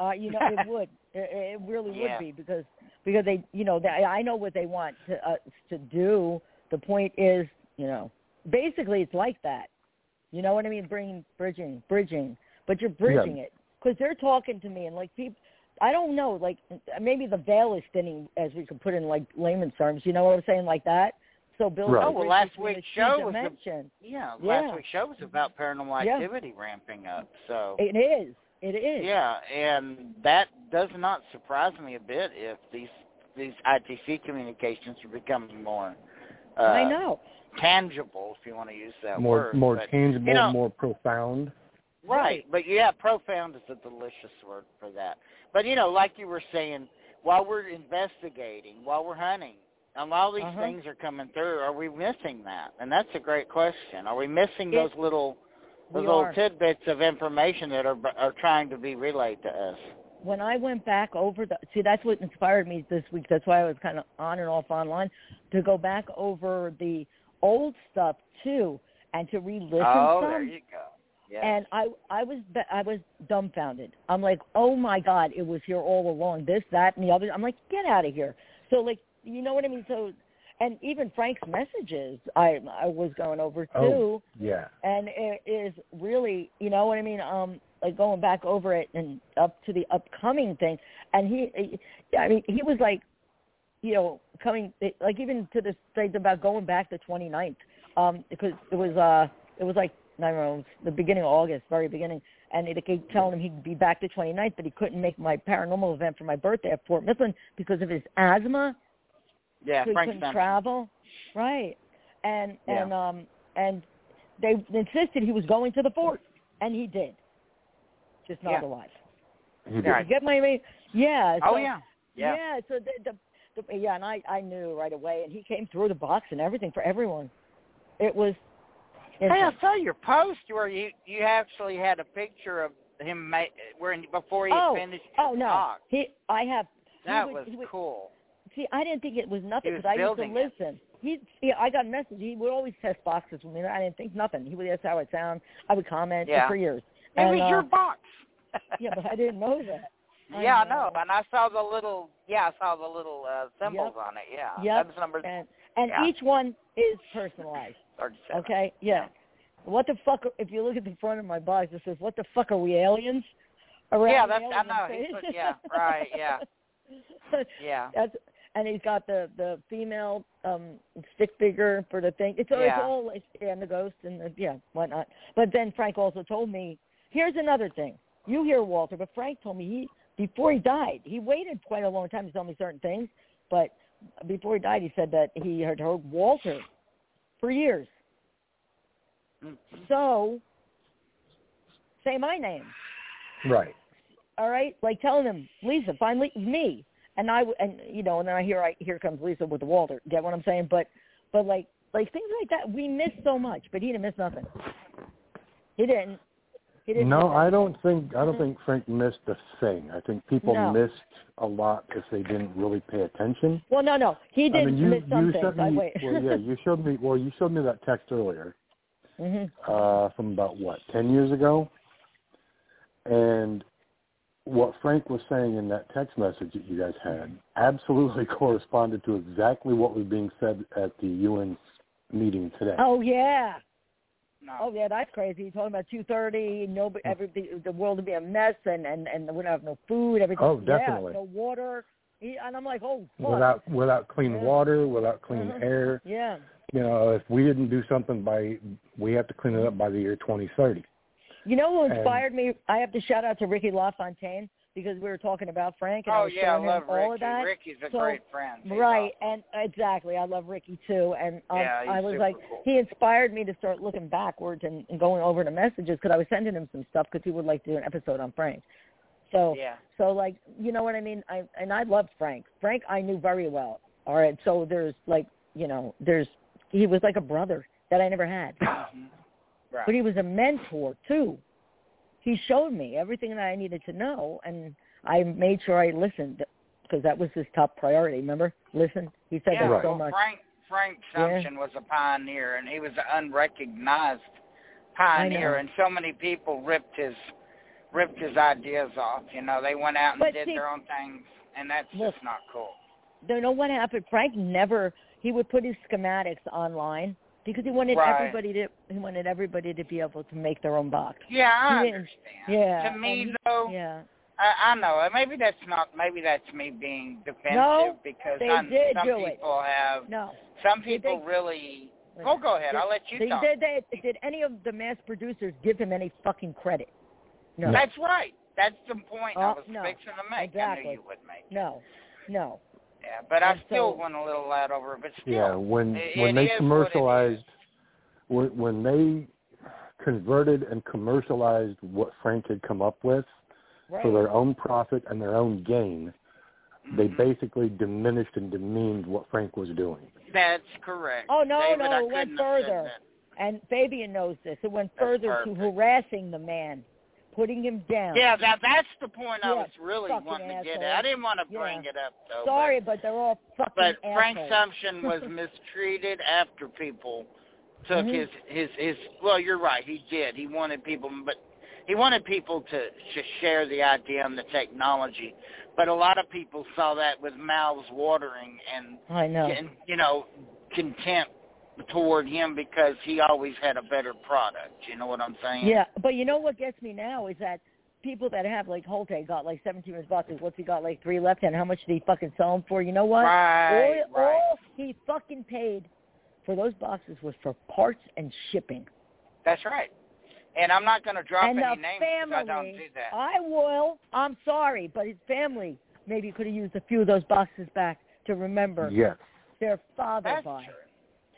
Speaker 4: uh, you know, it would. It, it really
Speaker 1: Yeah.
Speaker 4: would be because because they you know they, I know what they want to uh, to do. The point is, you know, basically it's like that. You know what I mean? Bringing bridging, bridging, but you're bridging it because they're talking to me and like people. I don't know, like maybe the veil is thinning, as we could put it in like layman's terms. You know what I'm saying, like that. So Bill,
Speaker 3: Right.
Speaker 4: the
Speaker 3: Oh,
Speaker 1: well,
Speaker 4: bridge
Speaker 1: last week's
Speaker 4: between the two
Speaker 1: show was a-
Speaker 4: dimension.
Speaker 1: Yeah, last
Speaker 4: Yeah.
Speaker 1: week's show was about paranormal
Speaker 4: Yeah.
Speaker 1: activity ramping up. So
Speaker 4: It is. It is.
Speaker 1: yeah, and that does not surprise me a bit if these these ITC communications are becoming more uh,
Speaker 4: I know.
Speaker 1: tangible, if you want to use that
Speaker 3: more
Speaker 1: word.
Speaker 3: more
Speaker 1: but,
Speaker 3: tangible,
Speaker 1: you know-
Speaker 3: more profound.
Speaker 1: Right, but yeah, profound is a delicious word for that. But you know, like you were saying, while we're investigating, while we're hunting, a lot of these
Speaker 4: Uh-huh.
Speaker 1: things are coming through. Are we missing that? And that's a great question. Are we missing those little those
Speaker 4: We
Speaker 1: little
Speaker 4: are.
Speaker 1: tidbits of information that are are trying to be relayed to us?
Speaker 4: when I went back over the see that's what inspired me this week. That's why I was kind of on and off online to go back over the old stuff too and to re-listen
Speaker 1: oh,
Speaker 4: some.
Speaker 1: there you go. Yes.
Speaker 4: and I I was ba- I was dumbfounded. I'm like, oh my god, it was here all along. This, that, and the other. I'm like, get out of here. So like, you know what I mean? So, and even Frank's messages, I I was going over too
Speaker 3: Oh. Yeah.
Speaker 4: and it is really you know what i mean um like going back over it and up to the upcoming thing and he i mean he was like you know coming like even to this thing about going back the twenty ninth, um because it was uh it was like I don't know, it was the beginning of August, very beginning, and they kept telling him he'd be back the twenty ninth, but he couldn't make my paranormal event for my birthday at Fort Mifflin because of his asthma
Speaker 1: yeah,
Speaker 4: so he
Speaker 1: Frank
Speaker 4: couldn't
Speaker 1: Dunn.
Speaker 4: travel, right? And
Speaker 1: Yeah.
Speaker 4: and um and they insisted he was going to the fort, and he did, just not
Speaker 1: Yeah.
Speaker 4: alive.
Speaker 3: He did.
Speaker 1: Right.
Speaker 4: You get my mean? Yeah.
Speaker 1: Oh
Speaker 4: so-
Speaker 1: yeah. Yeah.
Speaker 4: So the, the, the yeah, and I I knew right away, and he came through the box and everything for everyone. It was.
Speaker 1: Hey, I saw your post where you you actually had a picture of him ma- where before he had
Speaker 4: oh,
Speaker 1: finished
Speaker 4: oh
Speaker 1: his
Speaker 4: no!
Speaker 1: talk.
Speaker 4: He, I have. he
Speaker 1: That
Speaker 4: would-
Speaker 1: was
Speaker 4: he would-
Speaker 1: cool.
Speaker 4: See, I didn't think it was nothing
Speaker 1: He was
Speaker 4: because I used to
Speaker 1: building it.
Speaker 4: listen. He, yeah, I got a message. He would always test boxes with me. and I didn't think nothing. He would ask how it sound. I would comment
Speaker 1: Yeah.
Speaker 4: for three years.
Speaker 1: It
Speaker 4: and,
Speaker 1: was
Speaker 4: uh,
Speaker 1: your box.
Speaker 4: yeah, but I didn't know that. I
Speaker 1: yeah, I
Speaker 4: know.
Speaker 1: know. And I saw the little, yeah, I saw the little uh, symbols
Speaker 4: Yep.
Speaker 1: on it. Yeah,
Speaker 4: Yep.
Speaker 1: that was number
Speaker 4: And and
Speaker 1: Yeah.
Speaker 4: each one is personalized.
Speaker 1: 37.
Speaker 4: Okay, yeah. What the fuck? If you look at the front of my box, it says, "What the fuck are we aliens?" Around
Speaker 1: Yeah, that's- I
Speaker 4: alien
Speaker 1: know. He
Speaker 4: face?
Speaker 1: put- yeah, right, yeah. Yeah.
Speaker 4: That's and he's got the the female um stick figure for the thing. It's, all it's
Speaker 1: Yeah.
Speaker 4: all it's, and the ghost and the yeah whatnot. But then Frank also told me here's another thing. You hear Walter, but Frank told me he before he died he waited quite a long time to tell me certain things, but before he died he said that he had heard Walter for years.
Speaker 1: Mm.
Speaker 4: So say my name
Speaker 3: Right.
Speaker 4: all right, like telling him, Lisa, finally me, and I w- and you know, and then I hear I here comes Lisa with the Walter. Get what I'm saying? But but like like things like that, we miss so much, but he didn't miss nothing. He didn't. He didn't
Speaker 3: No,
Speaker 4: miss
Speaker 3: I
Speaker 4: anything.
Speaker 3: don't think I don't think Frank missed a thing. I think people
Speaker 4: Mm-hmm. No.
Speaker 3: missed a lot if they didn't really pay attention.
Speaker 4: Well, no, no, he did
Speaker 3: I mean, you
Speaker 4: miss
Speaker 3: you
Speaker 4: something.
Speaker 3: sent
Speaker 4: but
Speaker 3: me
Speaker 4: wait.
Speaker 3: well, yeah, you showed me well, you showed me that text earlier.
Speaker 4: hmm
Speaker 3: uh, from about what ten years ago, and what Frank was saying in that text message that you guys had absolutely corresponded to exactly what was being said at the UN 's meeting today.
Speaker 4: Oh yeah. Oh
Speaker 1: No.
Speaker 4: yeah, that's crazy. You're talking about two thirty. Nobody,
Speaker 3: Mm.
Speaker 4: everybody, the world would be a mess, and and and we don't have no food. Everything.
Speaker 3: Oh,
Speaker 4: yeah,
Speaker 3: definitely.
Speaker 4: no water. He, and I'm like, oh, fuck.
Speaker 3: Without without clean
Speaker 4: Yeah.
Speaker 3: water, without clean
Speaker 4: Mhm.
Speaker 3: air,
Speaker 4: yeah,
Speaker 3: you know, if we didn't do something by, we have to clean it up by the year 2030.
Speaker 4: you know who
Speaker 3: And-
Speaker 4: inspired me? I have to shout out to Ricky LaFontaine because we were talking about Frank, and I
Speaker 1: Oh
Speaker 4: was
Speaker 1: yeah, I
Speaker 4: showing
Speaker 1: love
Speaker 4: him all of
Speaker 1: Ricky.
Speaker 4: that.
Speaker 1: Ricky's a
Speaker 4: So-
Speaker 1: great friend. He's
Speaker 4: Right, and exactly. I love Ricky too, and um,
Speaker 1: Yeah, he's
Speaker 4: I was
Speaker 1: super
Speaker 4: like,
Speaker 1: cool.
Speaker 4: he inspired me to start looking backwards and, and going over the messages because I was sending him some stuff because he would like to do an episode on Frank. So,
Speaker 1: awesome. Yeah.
Speaker 4: so like, you know what I mean? I and I loved Frank. Frank, I knew very well. All right, so there's like, you know, there's he was like a brother that I never had,
Speaker 1: Mhm.
Speaker 4: but
Speaker 1: Right.
Speaker 4: he was a mentor too. He showed me everything that I needed to know, and I made sure I listened because that was his top priority. Remember, listen. He said
Speaker 1: Yeah,
Speaker 4: that
Speaker 3: Right.
Speaker 4: so
Speaker 1: well,
Speaker 4: much.
Speaker 1: Frank Frank
Speaker 4: Yeah.
Speaker 1: Sumption was a pioneer, and he was an unrecognized
Speaker 4: know.
Speaker 1: pioneer, and so many people ripped his ripped his ideas off. You know, they went out and
Speaker 4: But
Speaker 1: did
Speaker 4: see-
Speaker 1: their own things, and that's
Speaker 4: Look.
Speaker 1: just not cool.
Speaker 4: you know what happened? Frank never he would put his schematics online because he wanted
Speaker 1: Right.
Speaker 4: everybody to he wanted everybody to be able to make their own box.
Speaker 1: Yeah, I
Speaker 4: He
Speaker 1: understand.
Speaker 4: didn't- yeah,
Speaker 1: To me,
Speaker 4: and he-
Speaker 1: though,
Speaker 4: Yeah.
Speaker 1: I, I know. and Maybe that's not. Maybe that's me being defensive
Speaker 4: No,
Speaker 1: because
Speaker 4: they
Speaker 1: I'm,
Speaker 4: did
Speaker 1: some
Speaker 4: do it.
Speaker 1: people have.
Speaker 4: No.
Speaker 1: Some
Speaker 4: They-
Speaker 1: people
Speaker 4: they-
Speaker 1: really. Oh, go ahead.
Speaker 4: Did-
Speaker 1: I'll let you
Speaker 4: did,
Speaker 1: talk.
Speaker 4: Did, they, did any of the mass producers give him any fucking credit? No.
Speaker 1: That's right. That's the point I
Speaker 4: Oh,
Speaker 1: was
Speaker 4: no.
Speaker 1: fixing to make. I
Speaker 4: Exactly.
Speaker 1: knew you would make.
Speaker 4: No. No.
Speaker 1: Yeah, but I
Speaker 4: And
Speaker 1: still
Speaker 4: so-
Speaker 1: went a little loud over it. But still,
Speaker 3: Yeah, when
Speaker 1: it-
Speaker 3: when
Speaker 1: it
Speaker 3: they
Speaker 1: is what it
Speaker 3: commercialized,
Speaker 1: is.
Speaker 3: when when they converted and commercialized what Frank had come up with
Speaker 4: Right.
Speaker 3: for their own profit and their own gain, they
Speaker 1: Mhm.
Speaker 3: basically diminished and demeaned what Frank was doing.
Speaker 1: That's correct.
Speaker 4: Oh, no,
Speaker 1: David,
Speaker 4: no,
Speaker 1: I
Speaker 4: it went
Speaker 1: couldn't have said
Speaker 4: further.
Speaker 1: that.
Speaker 4: and Fabian knows this. It went
Speaker 1: That's
Speaker 4: further to
Speaker 1: perfect.
Speaker 4: harassing the man, putting him down.
Speaker 1: Yeah, that that's the point I
Speaker 4: Yeah,
Speaker 1: was really
Speaker 4: fucking
Speaker 1: wanting to get
Speaker 4: asshole.
Speaker 1: at. I didn't want to
Speaker 4: Yeah.
Speaker 1: bring it up though. but-
Speaker 4: Sorry, but they're all fucking
Speaker 1: But Frank
Speaker 4: assholes.
Speaker 1: Sumption was mistreated after people took
Speaker 4: Mhm.
Speaker 1: his his his. Well, you're right. He did. He wanted people, but he wanted people to to share the idea and the technology. But a lot of people saw that with mouths watering and
Speaker 4: I know.
Speaker 1: and you know contempt toward him because he always had a better product. You know what I'm saying?
Speaker 4: Yeah, but you know what gets me now is that people that have like Holte got like seventeen of his boxes. What's he got like three left? And how much did he fucking sell them for? You know what?
Speaker 1: Right.
Speaker 4: all,
Speaker 1: right.
Speaker 4: all he fucking paid for those boxes was for parts and shipping.
Speaker 1: That's right. And I'm not going to drop
Speaker 4: and
Speaker 1: any
Speaker 4: the
Speaker 1: names because
Speaker 4: family,
Speaker 1: I don't do that.
Speaker 4: I will. I'm sorry, but his family maybe could have used a few of those boxes back to remember
Speaker 3: Yes.
Speaker 4: their father
Speaker 1: That's
Speaker 4: by
Speaker 1: true.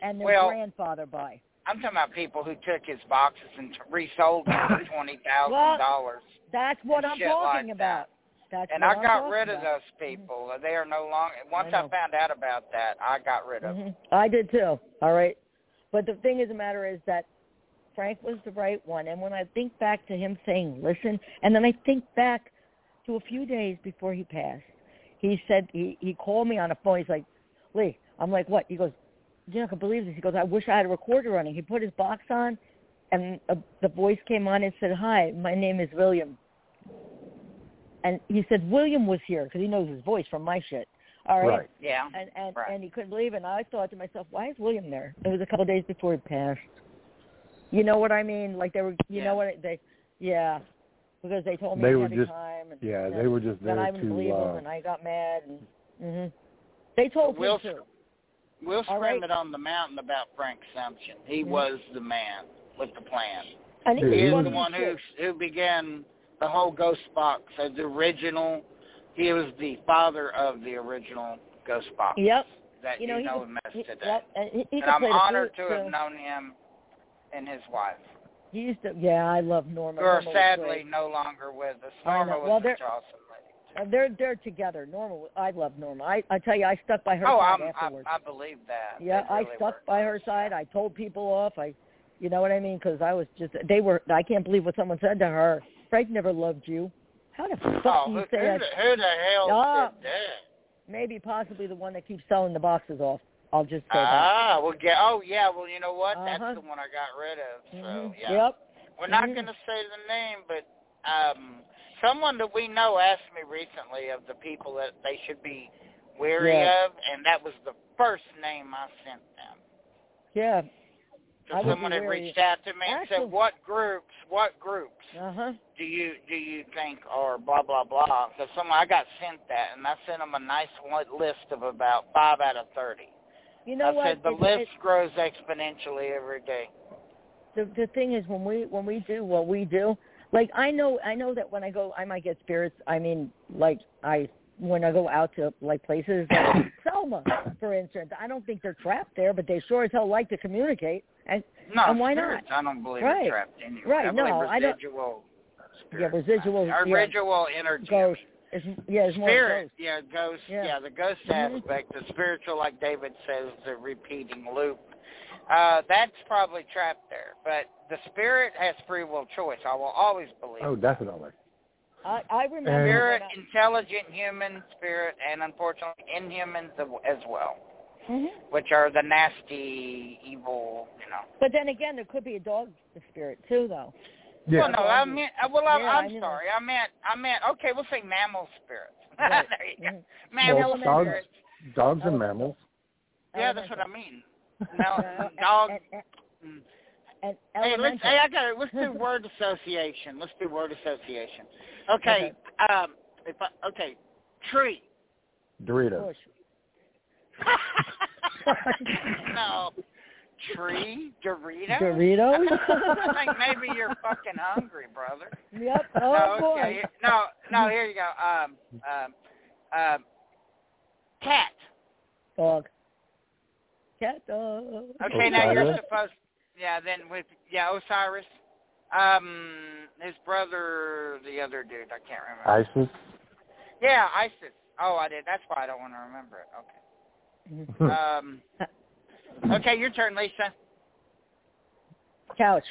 Speaker 4: and their
Speaker 1: Well-
Speaker 4: grandfather by.
Speaker 1: I'm talking about people who took his boxes and t- resold them for twenty thousand dollars.
Speaker 4: That's what I'm
Speaker 1: Shit
Speaker 4: talking
Speaker 1: like
Speaker 4: about.
Speaker 1: that.
Speaker 4: That's
Speaker 1: And
Speaker 4: what
Speaker 1: I
Speaker 4: I'm
Speaker 1: got
Speaker 4: talking
Speaker 1: rid of
Speaker 4: about. Mm-hmm.
Speaker 1: those people. They are no longer. Once I,
Speaker 4: know.
Speaker 1: found out about that, I got rid of. them.
Speaker 4: Mhm. I did too. All right. But the thing of the matter is that Frank was the right one. And when I think back to him saying, listen, and then I think back to a few days before he passed, he said, he, he called me on the phone. He's like, Lee, I'm like, what? He goes, you're not going to believe this. He goes, I wish I had a recorder running. He put his box on, and uh, the voice came on and said, hi, my name is William. And he said, William was here because he knows his voice from my shit. All right
Speaker 3: Right.
Speaker 1: Yeah.
Speaker 4: and and
Speaker 1: Right.
Speaker 4: and he couldn't believe it. And I thought to myself, why is William there? It was a couple of days before he passed. You know what I mean? Like they were, you
Speaker 1: Yeah.
Speaker 4: know what they, yeah, because they told me
Speaker 3: They
Speaker 4: ahead
Speaker 3: were
Speaker 4: of
Speaker 3: just-
Speaker 4: time. And,
Speaker 3: Yeah,
Speaker 4: that-
Speaker 3: they were just there
Speaker 4: that I
Speaker 3: to
Speaker 4: didn't believe
Speaker 3: uh,
Speaker 4: him, and I got mad. And hmm they told me
Speaker 1: We'll-
Speaker 4: to.
Speaker 1: We'll
Speaker 4: All
Speaker 1: scream
Speaker 4: right.
Speaker 1: it on the mountain about Frank Sumption. He
Speaker 4: Mhm.
Speaker 1: was the man with the plan.
Speaker 4: And
Speaker 3: Yeah,
Speaker 1: He
Speaker 3: he
Speaker 1: is
Speaker 3: was-
Speaker 1: the one who who began the whole ghost box as the original. He was the father of the original ghost box.
Speaker 4: Yep.
Speaker 1: That
Speaker 4: You know, he
Speaker 1: know
Speaker 4: could-
Speaker 1: him as
Speaker 4: He,
Speaker 1: today.
Speaker 4: yep, and he, he
Speaker 1: and
Speaker 4: could
Speaker 1: I'm
Speaker 4: play the
Speaker 1: honored
Speaker 4: flute,
Speaker 1: to have
Speaker 4: too.
Speaker 1: known him and his wife,
Speaker 4: He used to, yeah, I love Norma.
Speaker 1: who are
Speaker 4: Norma was
Speaker 1: sadly
Speaker 4: great.
Speaker 1: no longer with us.
Speaker 4: I
Speaker 1: Norma
Speaker 4: know. Well,
Speaker 1: was
Speaker 4: they're-
Speaker 1: such an awesome lady.
Speaker 4: Uh, they're they're together. Norma, was- I love Norma. I I tell you, I stuck by her
Speaker 1: oh,
Speaker 4: side
Speaker 1: I'm,
Speaker 4: afterwards.
Speaker 1: I, I believe that.
Speaker 4: Yeah,
Speaker 1: That
Speaker 4: I
Speaker 1: really
Speaker 4: stuck
Speaker 1: worked.
Speaker 4: by her side. I told people off. I, You know what I mean? Because I was just they were. I can't believe what someone said to her. Frank never loved you. How the fuck
Speaker 1: Oh,
Speaker 4: do
Speaker 1: who,
Speaker 4: you
Speaker 1: who,
Speaker 4: say that?
Speaker 1: the, who the hell
Speaker 4: Oh.
Speaker 1: did that?
Speaker 4: Maybe possibly the one that keeps selling the boxes off. I'll just say that.
Speaker 1: Ah, well, yeah, oh yeah, well you know what?
Speaker 4: Uh-huh.
Speaker 1: That's the one I got rid of. So
Speaker 4: Mhm.
Speaker 1: yeah,
Speaker 4: Yep.
Speaker 1: we're not
Speaker 4: Mhm.
Speaker 1: going to say the name, but um, someone that we know asked me recently of the people that they should be wary
Speaker 4: Yeah.
Speaker 1: of, and that was the first name I sent them.
Speaker 4: Yeah.
Speaker 1: So
Speaker 4: I would be
Speaker 1: someone had
Speaker 4: wary.
Speaker 1: reached out to me and
Speaker 4: Actually-
Speaker 1: said, "What groups? What groups
Speaker 4: Uh huh.
Speaker 1: do you do you think are blah blah blah?" Because someone I got sent that, and I sent them a nice li- list of about five out of thirty.
Speaker 4: You know
Speaker 1: I
Speaker 4: what?
Speaker 1: said the
Speaker 4: It's-
Speaker 1: list
Speaker 4: it's-
Speaker 1: grows exponentially every day.
Speaker 4: the the thing is when we when we do what we do like i know i know that when i go i might get spirits i mean like i when i go out to like places like selma for instance i don't think they're trapped there but they sure as hell like to communicate and
Speaker 1: No,
Speaker 4: And why
Speaker 1: spirits, I don't believe
Speaker 4: Right.
Speaker 1: are trapped anyway.
Speaker 4: Right,
Speaker 1: I believe
Speaker 4: no, I don't-
Speaker 1: residual.
Speaker 4: yeah
Speaker 1: spirits.
Speaker 4: residual
Speaker 1: Our
Speaker 4: yeah,
Speaker 1: residual energy.
Speaker 4: ghost is yeah it's more
Speaker 1: Spirit,
Speaker 4: ghost
Speaker 1: yeah, ghost,
Speaker 4: Yeah.
Speaker 1: yeah. the ghost
Speaker 4: Mhm.
Speaker 1: aspect, the spiritual, like David says, the repeating loop. Uh, that's probably trapped there, but the spirit has free will choice. I will always believe.
Speaker 3: Oh, definitely.
Speaker 4: i i remember
Speaker 3: And-
Speaker 1: Spirit,
Speaker 4: when I-
Speaker 1: intelligent human spirit, and unfortunately inhumans as well,
Speaker 4: Mhm.
Speaker 1: which are the nasty, evil, you know.
Speaker 4: but then again there could be a dog spirit too though
Speaker 3: Yeah.
Speaker 1: Well, no, I meant. uh, Well, I'm,
Speaker 4: Yeah, I
Speaker 1: I'm
Speaker 4: knew
Speaker 1: sorry. I meant. I meant. Okay, we'll say mammal spirits.
Speaker 4: Right.
Speaker 1: there you go.
Speaker 4: Mhm.
Speaker 1: Mammal
Speaker 3: Well, dogs-
Speaker 1: spirits.
Speaker 3: Dogs
Speaker 4: Oh.
Speaker 3: and mammals.
Speaker 1: Yeah, that's what I mean.
Speaker 4: Elemental. Uh,
Speaker 1: No, dog.
Speaker 4: and, and,
Speaker 1: mm. Hey,
Speaker 4: and
Speaker 1: let's.
Speaker 4: elemental.
Speaker 1: Hey, I got it. Let's do word association. Let's do word association. Okay. Um. If I, okay. Tree.
Speaker 3: Doritos.
Speaker 4: Bush.
Speaker 1: no. Tree. Dorito.
Speaker 4: Doritos?
Speaker 1: I think maybe you're fucking hungry, brother.
Speaker 4: Yep. Oh
Speaker 1: no,
Speaker 4: boy.
Speaker 1: Okay. No, no, here you go. Um, um, um, cat.
Speaker 4: Dog. Cat dog.
Speaker 1: Okay, now you're
Speaker 3: Osiris?
Speaker 1: supposed. Yeah, then with yeah Osiris, um, his brother, the other dude, I can't remember.
Speaker 3: ISIS.
Speaker 1: yeah, Isis. Oh, I did. That's why I don't want to remember it. Okay.
Speaker 4: Mm-hmm.
Speaker 1: Um.
Speaker 3: Hmm.
Speaker 1: Okay, your turn, Lisa.
Speaker 4: Couch.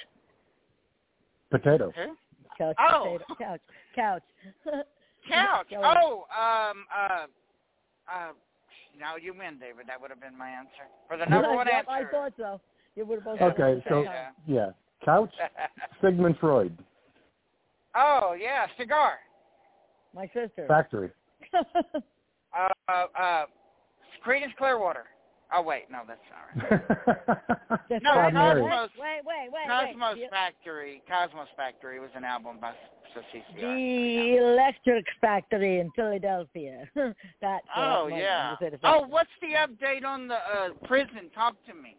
Speaker 3: Potato.
Speaker 1: Who?
Speaker 4: Couch.
Speaker 1: Oh.
Speaker 4: Potato. Couch. Couch.
Speaker 1: Couch.
Speaker 4: Go on.
Speaker 1: Oh, um, uh, uh. No, you win, David. That would have been my answer for the number one
Speaker 4: Yep,
Speaker 1: answer.
Speaker 4: I thought so. You would have both.
Speaker 1: Yeah,
Speaker 3: Okay, so-
Speaker 1: potato.
Speaker 3: Yeah. Couch. Sigmund Freud.
Speaker 1: oh yeah, cigar.
Speaker 4: My sister.
Speaker 3: Factory.
Speaker 1: Uh, uh, uh, Creedence Clearwater. Oh wait, no, that's not right.
Speaker 4: That's
Speaker 1: No,
Speaker 4: right.
Speaker 3: Mary.
Speaker 4: Wait, wait, wait, wait.
Speaker 1: Cosmos
Speaker 4: wait.
Speaker 1: Factory. Cosmos Factory was an album by
Speaker 4: The,
Speaker 1: CCR.
Speaker 4: the Electric Factory in Philadelphia. That's what I
Speaker 1: Oh
Speaker 4: meant when
Speaker 1: yeah.
Speaker 4: you said it.
Speaker 1: Oh, what's the update on the uh, prison? Talk to me.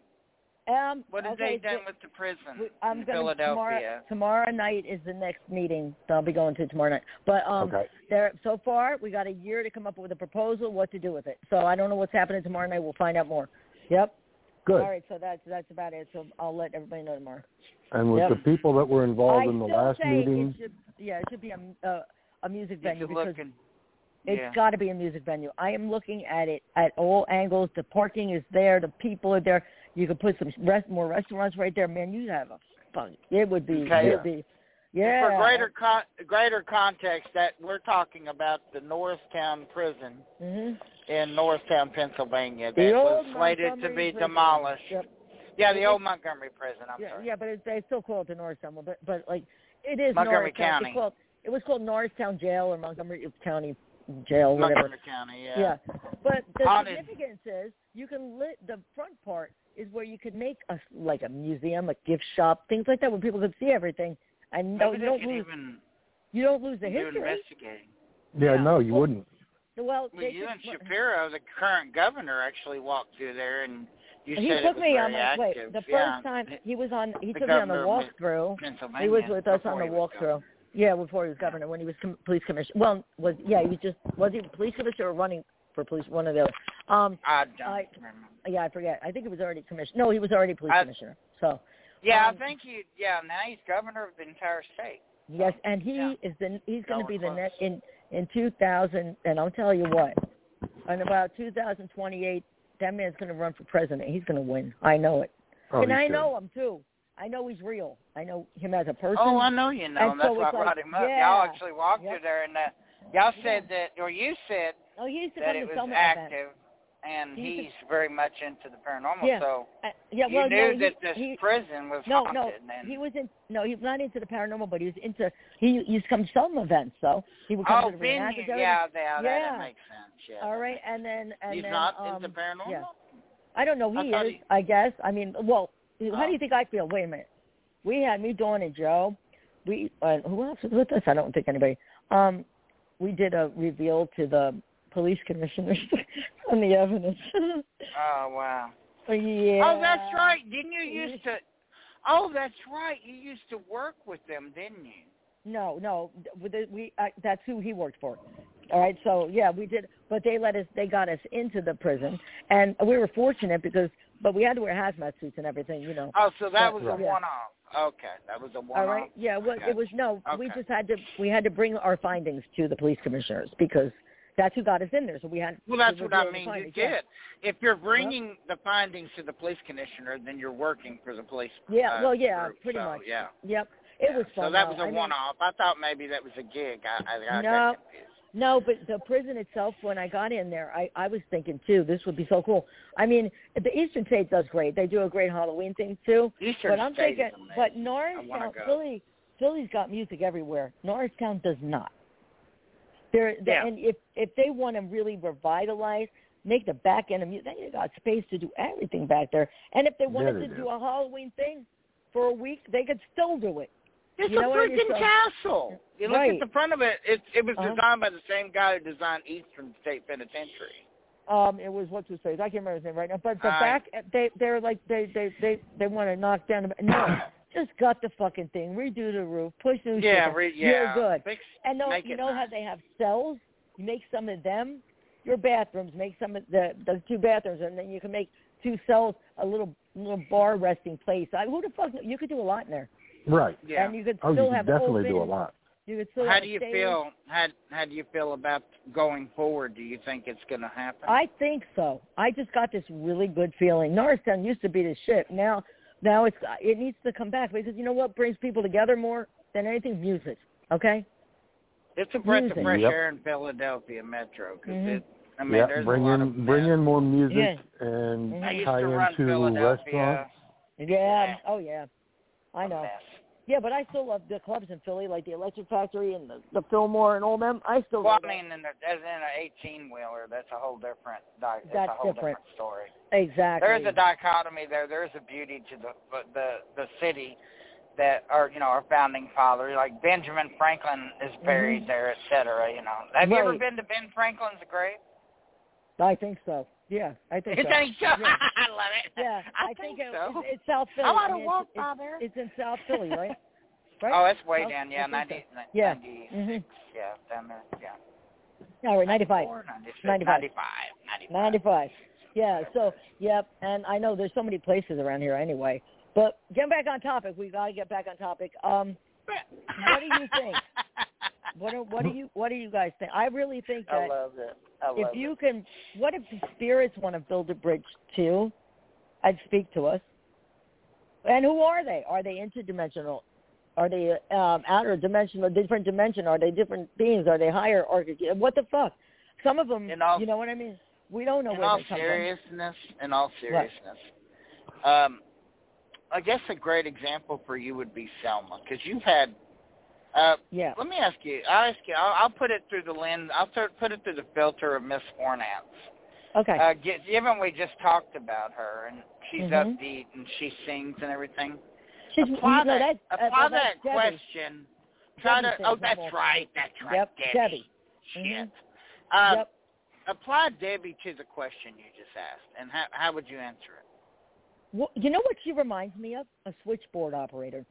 Speaker 4: Um,
Speaker 1: What have
Speaker 4: okay,
Speaker 1: they done
Speaker 4: th-
Speaker 1: with the prison
Speaker 4: we- I'm
Speaker 1: in
Speaker 4: gonna-
Speaker 1: Philadelphia?
Speaker 4: Tomorrow, tomorrow night is the next meeting that I'll be going to tomorrow night. But um,
Speaker 3: okay.
Speaker 4: There, so far, we got a year to come up with a proposal, what to do with it. So I don't know what's happening tomorrow night. We'll find out more. Yep.
Speaker 3: Good.
Speaker 4: All right. So that's that's about it. So I'll let everybody know tomorrow.
Speaker 3: And with
Speaker 4: Yep.
Speaker 3: the people that were involved
Speaker 4: I
Speaker 3: in the
Speaker 4: still
Speaker 3: last
Speaker 4: say
Speaker 3: meeting,
Speaker 4: it should, yeah, it should be a a, a
Speaker 1: Did
Speaker 4: music venue
Speaker 1: you
Speaker 4: because
Speaker 1: look and-
Speaker 4: it's
Speaker 1: yeah.
Speaker 4: got to be a music venue. I am looking at it at all angles. The parking is there. The people are there. You could put some rest, more restaurants right there. Man, you have a fun. It would be.
Speaker 1: Okay.
Speaker 4: It would be. Yeah.
Speaker 1: For greater con- greater context, that we're talking about the Norristown prison
Speaker 4: hmm
Speaker 1: in Norristown, Pennsylvania,
Speaker 4: The
Speaker 1: that was
Speaker 4: old
Speaker 1: slated to
Speaker 4: Montgomery
Speaker 1: be
Speaker 4: prison.
Speaker 1: demolished.
Speaker 4: Yep.
Speaker 1: Yeah, the old Montgomery prison. I'm
Speaker 4: yeah,
Speaker 1: sorry.
Speaker 4: yeah, but it, they still call it the Norristown, one, but but like it is
Speaker 1: Montgomery
Speaker 4: Norristown.
Speaker 1: County.
Speaker 4: It's called, it was called Norristown Jail or Montgomery County Jail, whatever.
Speaker 1: Montgomery County. Yeah.
Speaker 4: Yeah, but the
Speaker 1: On it.
Speaker 4: significance is you can lit the front part is where you could make a like a museum, a gift shop, things like that, where people could see everything. And
Speaker 1: Maybe
Speaker 4: no, you
Speaker 1: they
Speaker 4: don't
Speaker 1: could
Speaker 4: lose
Speaker 1: even
Speaker 4: you don't lose the
Speaker 1: do
Speaker 4: history.
Speaker 1: investigating.
Speaker 3: yeah,
Speaker 4: yeah.
Speaker 3: no, you
Speaker 4: Well,
Speaker 3: wouldn't.
Speaker 4: Well,
Speaker 1: Well,
Speaker 4: they
Speaker 1: you
Speaker 4: could-
Speaker 1: and Shapiro, the current governor, actually walked through there, and you
Speaker 4: he
Speaker 1: said it
Speaker 4: took
Speaker 1: was
Speaker 4: me
Speaker 1: very
Speaker 4: on the
Speaker 1: active.
Speaker 4: wait the first
Speaker 1: yeah,
Speaker 4: time he was on he
Speaker 1: The
Speaker 4: took me on the
Speaker 1: governor of
Speaker 4: walkthrough.
Speaker 1: Pennsylvania.
Speaker 4: He was with us
Speaker 1: before
Speaker 4: on the
Speaker 1: he was
Speaker 4: walkthrough. Yeah, before he was governor, when he was com- police commissioner. Well, was yeah, he was just was he police commissioner or running for police? One of the other. Um,
Speaker 1: governor. I don't
Speaker 4: I-
Speaker 1: remember.
Speaker 4: yeah, I forget. I think it was already commissioner. No, he was already police
Speaker 1: I-
Speaker 4: commissioner. So
Speaker 1: Yeah,
Speaker 4: um,
Speaker 1: I think he. Yeah, now he's governor of the entire state.
Speaker 4: yes, and he
Speaker 1: Yeah.
Speaker 4: is the he's
Speaker 1: Y'all
Speaker 4: going to
Speaker 1: were
Speaker 4: be the
Speaker 1: close.
Speaker 4: next in in 2000. And I'll tell you what, in about 2028, that man's going to run for president. He's going to win. I know it.
Speaker 3: Oh,
Speaker 4: and
Speaker 3: you
Speaker 4: I
Speaker 3: should.
Speaker 4: know him too. I know he's real. I know him as a person.
Speaker 1: Oh, I know you know.
Speaker 4: And
Speaker 1: him. That's
Speaker 4: so
Speaker 1: why I
Speaker 4: it's like,
Speaker 1: brought him up.
Speaker 4: yeah.
Speaker 1: Y'all actually walked
Speaker 4: Yep.
Speaker 1: through there, and uh, y'all said that, or you said
Speaker 4: Oh, he used to
Speaker 1: that
Speaker 4: come
Speaker 1: it
Speaker 4: to
Speaker 1: was
Speaker 4: some event.
Speaker 1: active, and
Speaker 4: He used to-
Speaker 1: he's very much into the paranormal.
Speaker 4: Yeah.
Speaker 1: So
Speaker 4: Uh, yeah,
Speaker 1: you
Speaker 4: well,
Speaker 1: knew
Speaker 4: no,
Speaker 1: that
Speaker 4: he,
Speaker 1: this
Speaker 4: he,
Speaker 1: prison was
Speaker 4: no,
Speaker 1: haunted.
Speaker 4: no,
Speaker 1: and,
Speaker 4: he was in. No, he was not into the paranormal, but he was into. He used to come to some events, though. He would come
Speaker 1: oh,
Speaker 4: to the
Speaker 1: been
Speaker 4: reenactments,
Speaker 1: you?
Speaker 4: everything.
Speaker 1: Yeah, yeah,
Speaker 4: Yeah.
Speaker 1: that makes sense. Yeah.
Speaker 4: All right, and then and
Speaker 1: he's
Speaker 4: then,
Speaker 1: not
Speaker 4: um,
Speaker 1: into paranormal.
Speaker 4: yeah. I don't know.
Speaker 1: I
Speaker 4: He
Speaker 1: thought
Speaker 4: is,
Speaker 1: he-
Speaker 4: I guess. I mean, well, how
Speaker 1: Oh.
Speaker 4: do you think I feel? Wait a minute. We had me, Dawn, and Joe. We uh, who else was with us? I don't think anybody. Um, we did a reveal to the police commissioners on the evidence.
Speaker 1: Oh wow.
Speaker 4: yeah.
Speaker 1: Oh, that's right. Didn't you
Speaker 4: You
Speaker 1: used to? Oh, that's right. You used to work with them, didn't you?
Speaker 4: No, no, th- th- we uh, that's who he worked for. All right, so yeah, we did, but they let us, they got us into the prison, and we were fortunate because, but we had to wear hazmat suits and everything, you know.
Speaker 1: Oh, so that
Speaker 4: Right,
Speaker 1: was
Speaker 4: right.
Speaker 1: a
Speaker 4: Yeah.
Speaker 1: one-off. Okay, that was a one-off.
Speaker 4: All right, yeah, well,
Speaker 1: Okay.
Speaker 4: it was no, we
Speaker 1: Okay.
Speaker 4: just had to, we had to bring our findings to the police commissioners because that's who got us in there, so we had.
Speaker 1: Well, that's
Speaker 4: to
Speaker 1: what I
Speaker 4: reveal the
Speaker 1: mean. You
Speaker 4: findings,
Speaker 1: did.
Speaker 4: yeah.
Speaker 1: If you're bringing the findings to the police commissioner, then you're working for the police.
Speaker 4: Yeah,
Speaker 1: uh,
Speaker 4: well, yeah,
Speaker 1: group.
Speaker 4: pretty
Speaker 1: So,
Speaker 4: much.
Speaker 1: Yeah.
Speaker 4: Yep, it
Speaker 1: yeah.
Speaker 4: was fun.
Speaker 1: So that
Speaker 4: though.
Speaker 1: was
Speaker 4: I
Speaker 1: a
Speaker 4: mean,
Speaker 1: one-off. I thought maybe that was a gig. I, I, I
Speaker 4: No.
Speaker 1: got confused.
Speaker 4: No, but the prison itself, when I got in there, I, I was thinking too, this would be so cool. I mean, the Eastern State does great. They do a great Halloween thing too.
Speaker 1: Eastern
Speaker 4: but I'm
Speaker 1: State
Speaker 4: thinking,
Speaker 1: is amazing.
Speaker 4: but
Speaker 1: wanna
Speaker 4: Norristown,
Speaker 1: go.
Speaker 4: Philly, Philly's got music everywhere. Norristown does not. They're, they
Speaker 1: Yeah.
Speaker 4: And if if they want to really revitalize, make the back end of music, they got space to do everything back there. And if they wanted
Speaker 3: they
Speaker 4: to
Speaker 3: do.
Speaker 4: do a Halloween thing for a week, they could still do it.
Speaker 1: It's
Speaker 4: You
Speaker 1: a
Speaker 4: know what I mean?
Speaker 1: freaking
Speaker 4: So-
Speaker 1: castle. You look
Speaker 4: Right.
Speaker 1: at the front of it. It it was
Speaker 4: Uh-huh.
Speaker 1: designed by the same guy who designed Eastern State Penitentiary.
Speaker 4: um it was what's his face i can't remember his name right now but the
Speaker 1: Aye.
Speaker 4: back they they're like they they they they want to knock down the no just gut the fucking thing redo the roof push new
Speaker 1: Yeah,
Speaker 4: shit.
Speaker 1: re- yeah.
Speaker 4: you're good
Speaker 1: Fix,
Speaker 4: and no
Speaker 1: make
Speaker 4: you
Speaker 1: it
Speaker 4: know how
Speaker 1: nice.
Speaker 4: they have cells you make some of them your bathrooms make some of the the two bathrooms and then you can make two cells a little little bar resting place i who the fuck kn- you could do a lot in there
Speaker 3: Right.
Speaker 1: Yeah.
Speaker 4: and you could
Speaker 3: Oh,
Speaker 4: still
Speaker 3: you
Speaker 4: have
Speaker 3: can definitely
Speaker 4: open,
Speaker 3: do a lot.
Speaker 4: you could still
Speaker 1: how
Speaker 4: have
Speaker 1: do you
Speaker 4: stage.
Speaker 1: feel? How how do you feel about going forward? Do you think it's going to happen?
Speaker 4: I think so. I just got this really good feeling. Norristown used to be the shit. Now, now it's it needs to come back because you know what brings people together more than anything? Music. Okay.
Speaker 1: It's a breath
Speaker 4: Music.
Speaker 1: of fresh
Speaker 3: Yep.
Speaker 1: air in Philadelphia Metro 'cause
Speaker 4: Mhm.
Speaker 1: it. I mean,
Speaker 3: yeah,
Speaker 1: there's
Speaker 3: bring
Speaker 1: a lot
Speaker 3: in
Speaker 1: of
Speaker 3: bring
Speaker 1: that.
Speaker 3: in more music
Speaker 4: Yeah.
Speaker 3: and
Speaker 4: Mhm.
Speaker 1: I used
Speaker 3: tie
Speaker 1: to run
Speaker 3: into
Speaker 1: Philadelphia.
Speaker 3: restaurants.
Speaker 4: Yeah. Oh yeah. I
Speaker 1: A
Speaker 4: know.
Speaker 1: mess.
Speaker 4: Yeah, but I still love the clubs in Philly, like the Electric Factory and the, the Fillmore and all them. I still.
Speaker 1: Well,
Speaker 4: love
Speaker 1: I mean, in the, as in an eighteen wheeler, that's a whole different. di- That's,
Speaker 4: That's
Speaker 1: a whole
Speaker 4: different.
Speaker 1: story.
Speaker 4: that. exactly.
Speaker 1: There is a dichotomy there. There is a beauty to the but the the city that are you know our founding father like Benjamin Franklin is buried there, et cetera. You know, have you ever
Speaker 4: Mm-hmm. Right.
Speaker 1: been to Ben Franklin's grave?
Speaker 4: I think so. Yeah, I think
Speaker 1: You
Speaker 4: so.
Speaker 1: think so?
Speaker 4: Yeah.
Speaker 1: I love it.
Speaker 4: Yeah,
Speaker 1: I,
Speaker 4: think, it-
Speaker 1: so.
Speaker 4: it's, it's South Philly.
Speaker 1: I want
Speaker 4: I
Speaker 1: to
Speaker 4: mean,
Speaker 1: walk
Speaker 4: it's,
Speaker 1: by there.
Speaker 4: it's, it's in South Philly, right? Right.
Speaker 1: Oh, it's way
Speaker 4: Oh,
Speaker 1: down,
Speaker 4: I
Speaker 1: yeah,
Speaker 4: think
Speaker 1: 90,
Speaker 4: Yeah.
Speaker 1: 96,
Speaker 4: Mhm.
Speaker 1: yeah, down there, yeah.
Speaker 4: All right, ninety-five.
Speaker 1: 94, 96,
Speaker 4: 95.
Speaker 1: 95,
Speaker 4: 95. Yeah, so, yep, and I know there's so many places around here anyway. But getting back on topic, we got to get back on topic. Um, What do you think? what do, what do you what do you guys think? I really think
Speaker 1: I
Speaker 4: that
Speaker 1: love it. I love
Speaker 4: if
Speaker 1: it.
Speaker 4: you can, what if the spirits want to build a bridge too? I'd speak to us. And who are they? Are they interdimensional? Are they um, outer dimensional, different dimension? Are they different beings? Are they higher? Or what the fuck? Some of them,
Speaker 1: In all-
Speaker 4: you know what I mean. We don't know
Speaker 1: in
Speaker 4: where
Speaker 1: all
Speaker 4: they come from.
Speaker 1: seriousness, in all seriousness, um, I guess a great example for you would be Selma, because you've had. Uh,
Speaker 4: Yeah.
Speaker 1: let me ask you. I'll ask you. I'll, I'll put it through the lens. I'll sort of put it through the filter of Miss Hornats.
Speaker 4: Okay.
Speaker 1: Uh, gi- given we just talked about her and she's
Speaker 4: Mhm.
Speaker 1: upbeat and she sings and everything,
Speaker 4: She's,
Speaker 1: apply
Speaker 4: you know,
Speaker 1: that,
Speaker 4: that's,
Speaker 1: apply
Speaker 4: uh,
Speaker 1: that
Speaker 4: that's Debbie.
Speaker 1: question. Try
Speaker 4: Debbie
Speaker 1: to.
Speaker 4: says
Speaker 1: Oh,
Speaker 4: that
Speaker 1: that's
Speaker 4: one.
Speaker 1: right. That's right.
Speaker 4: Yep,
Speaker 1: Debbie. Shit.
Speaker 4: Mhm.
Speaker 1: Um,
Speaker 4: Yep.
Speaker 1: Apply Debbie to the question you just asked, and how how would you answer it?
Speaker 4: Wh- You know what she reminds me of? A switchboard operator.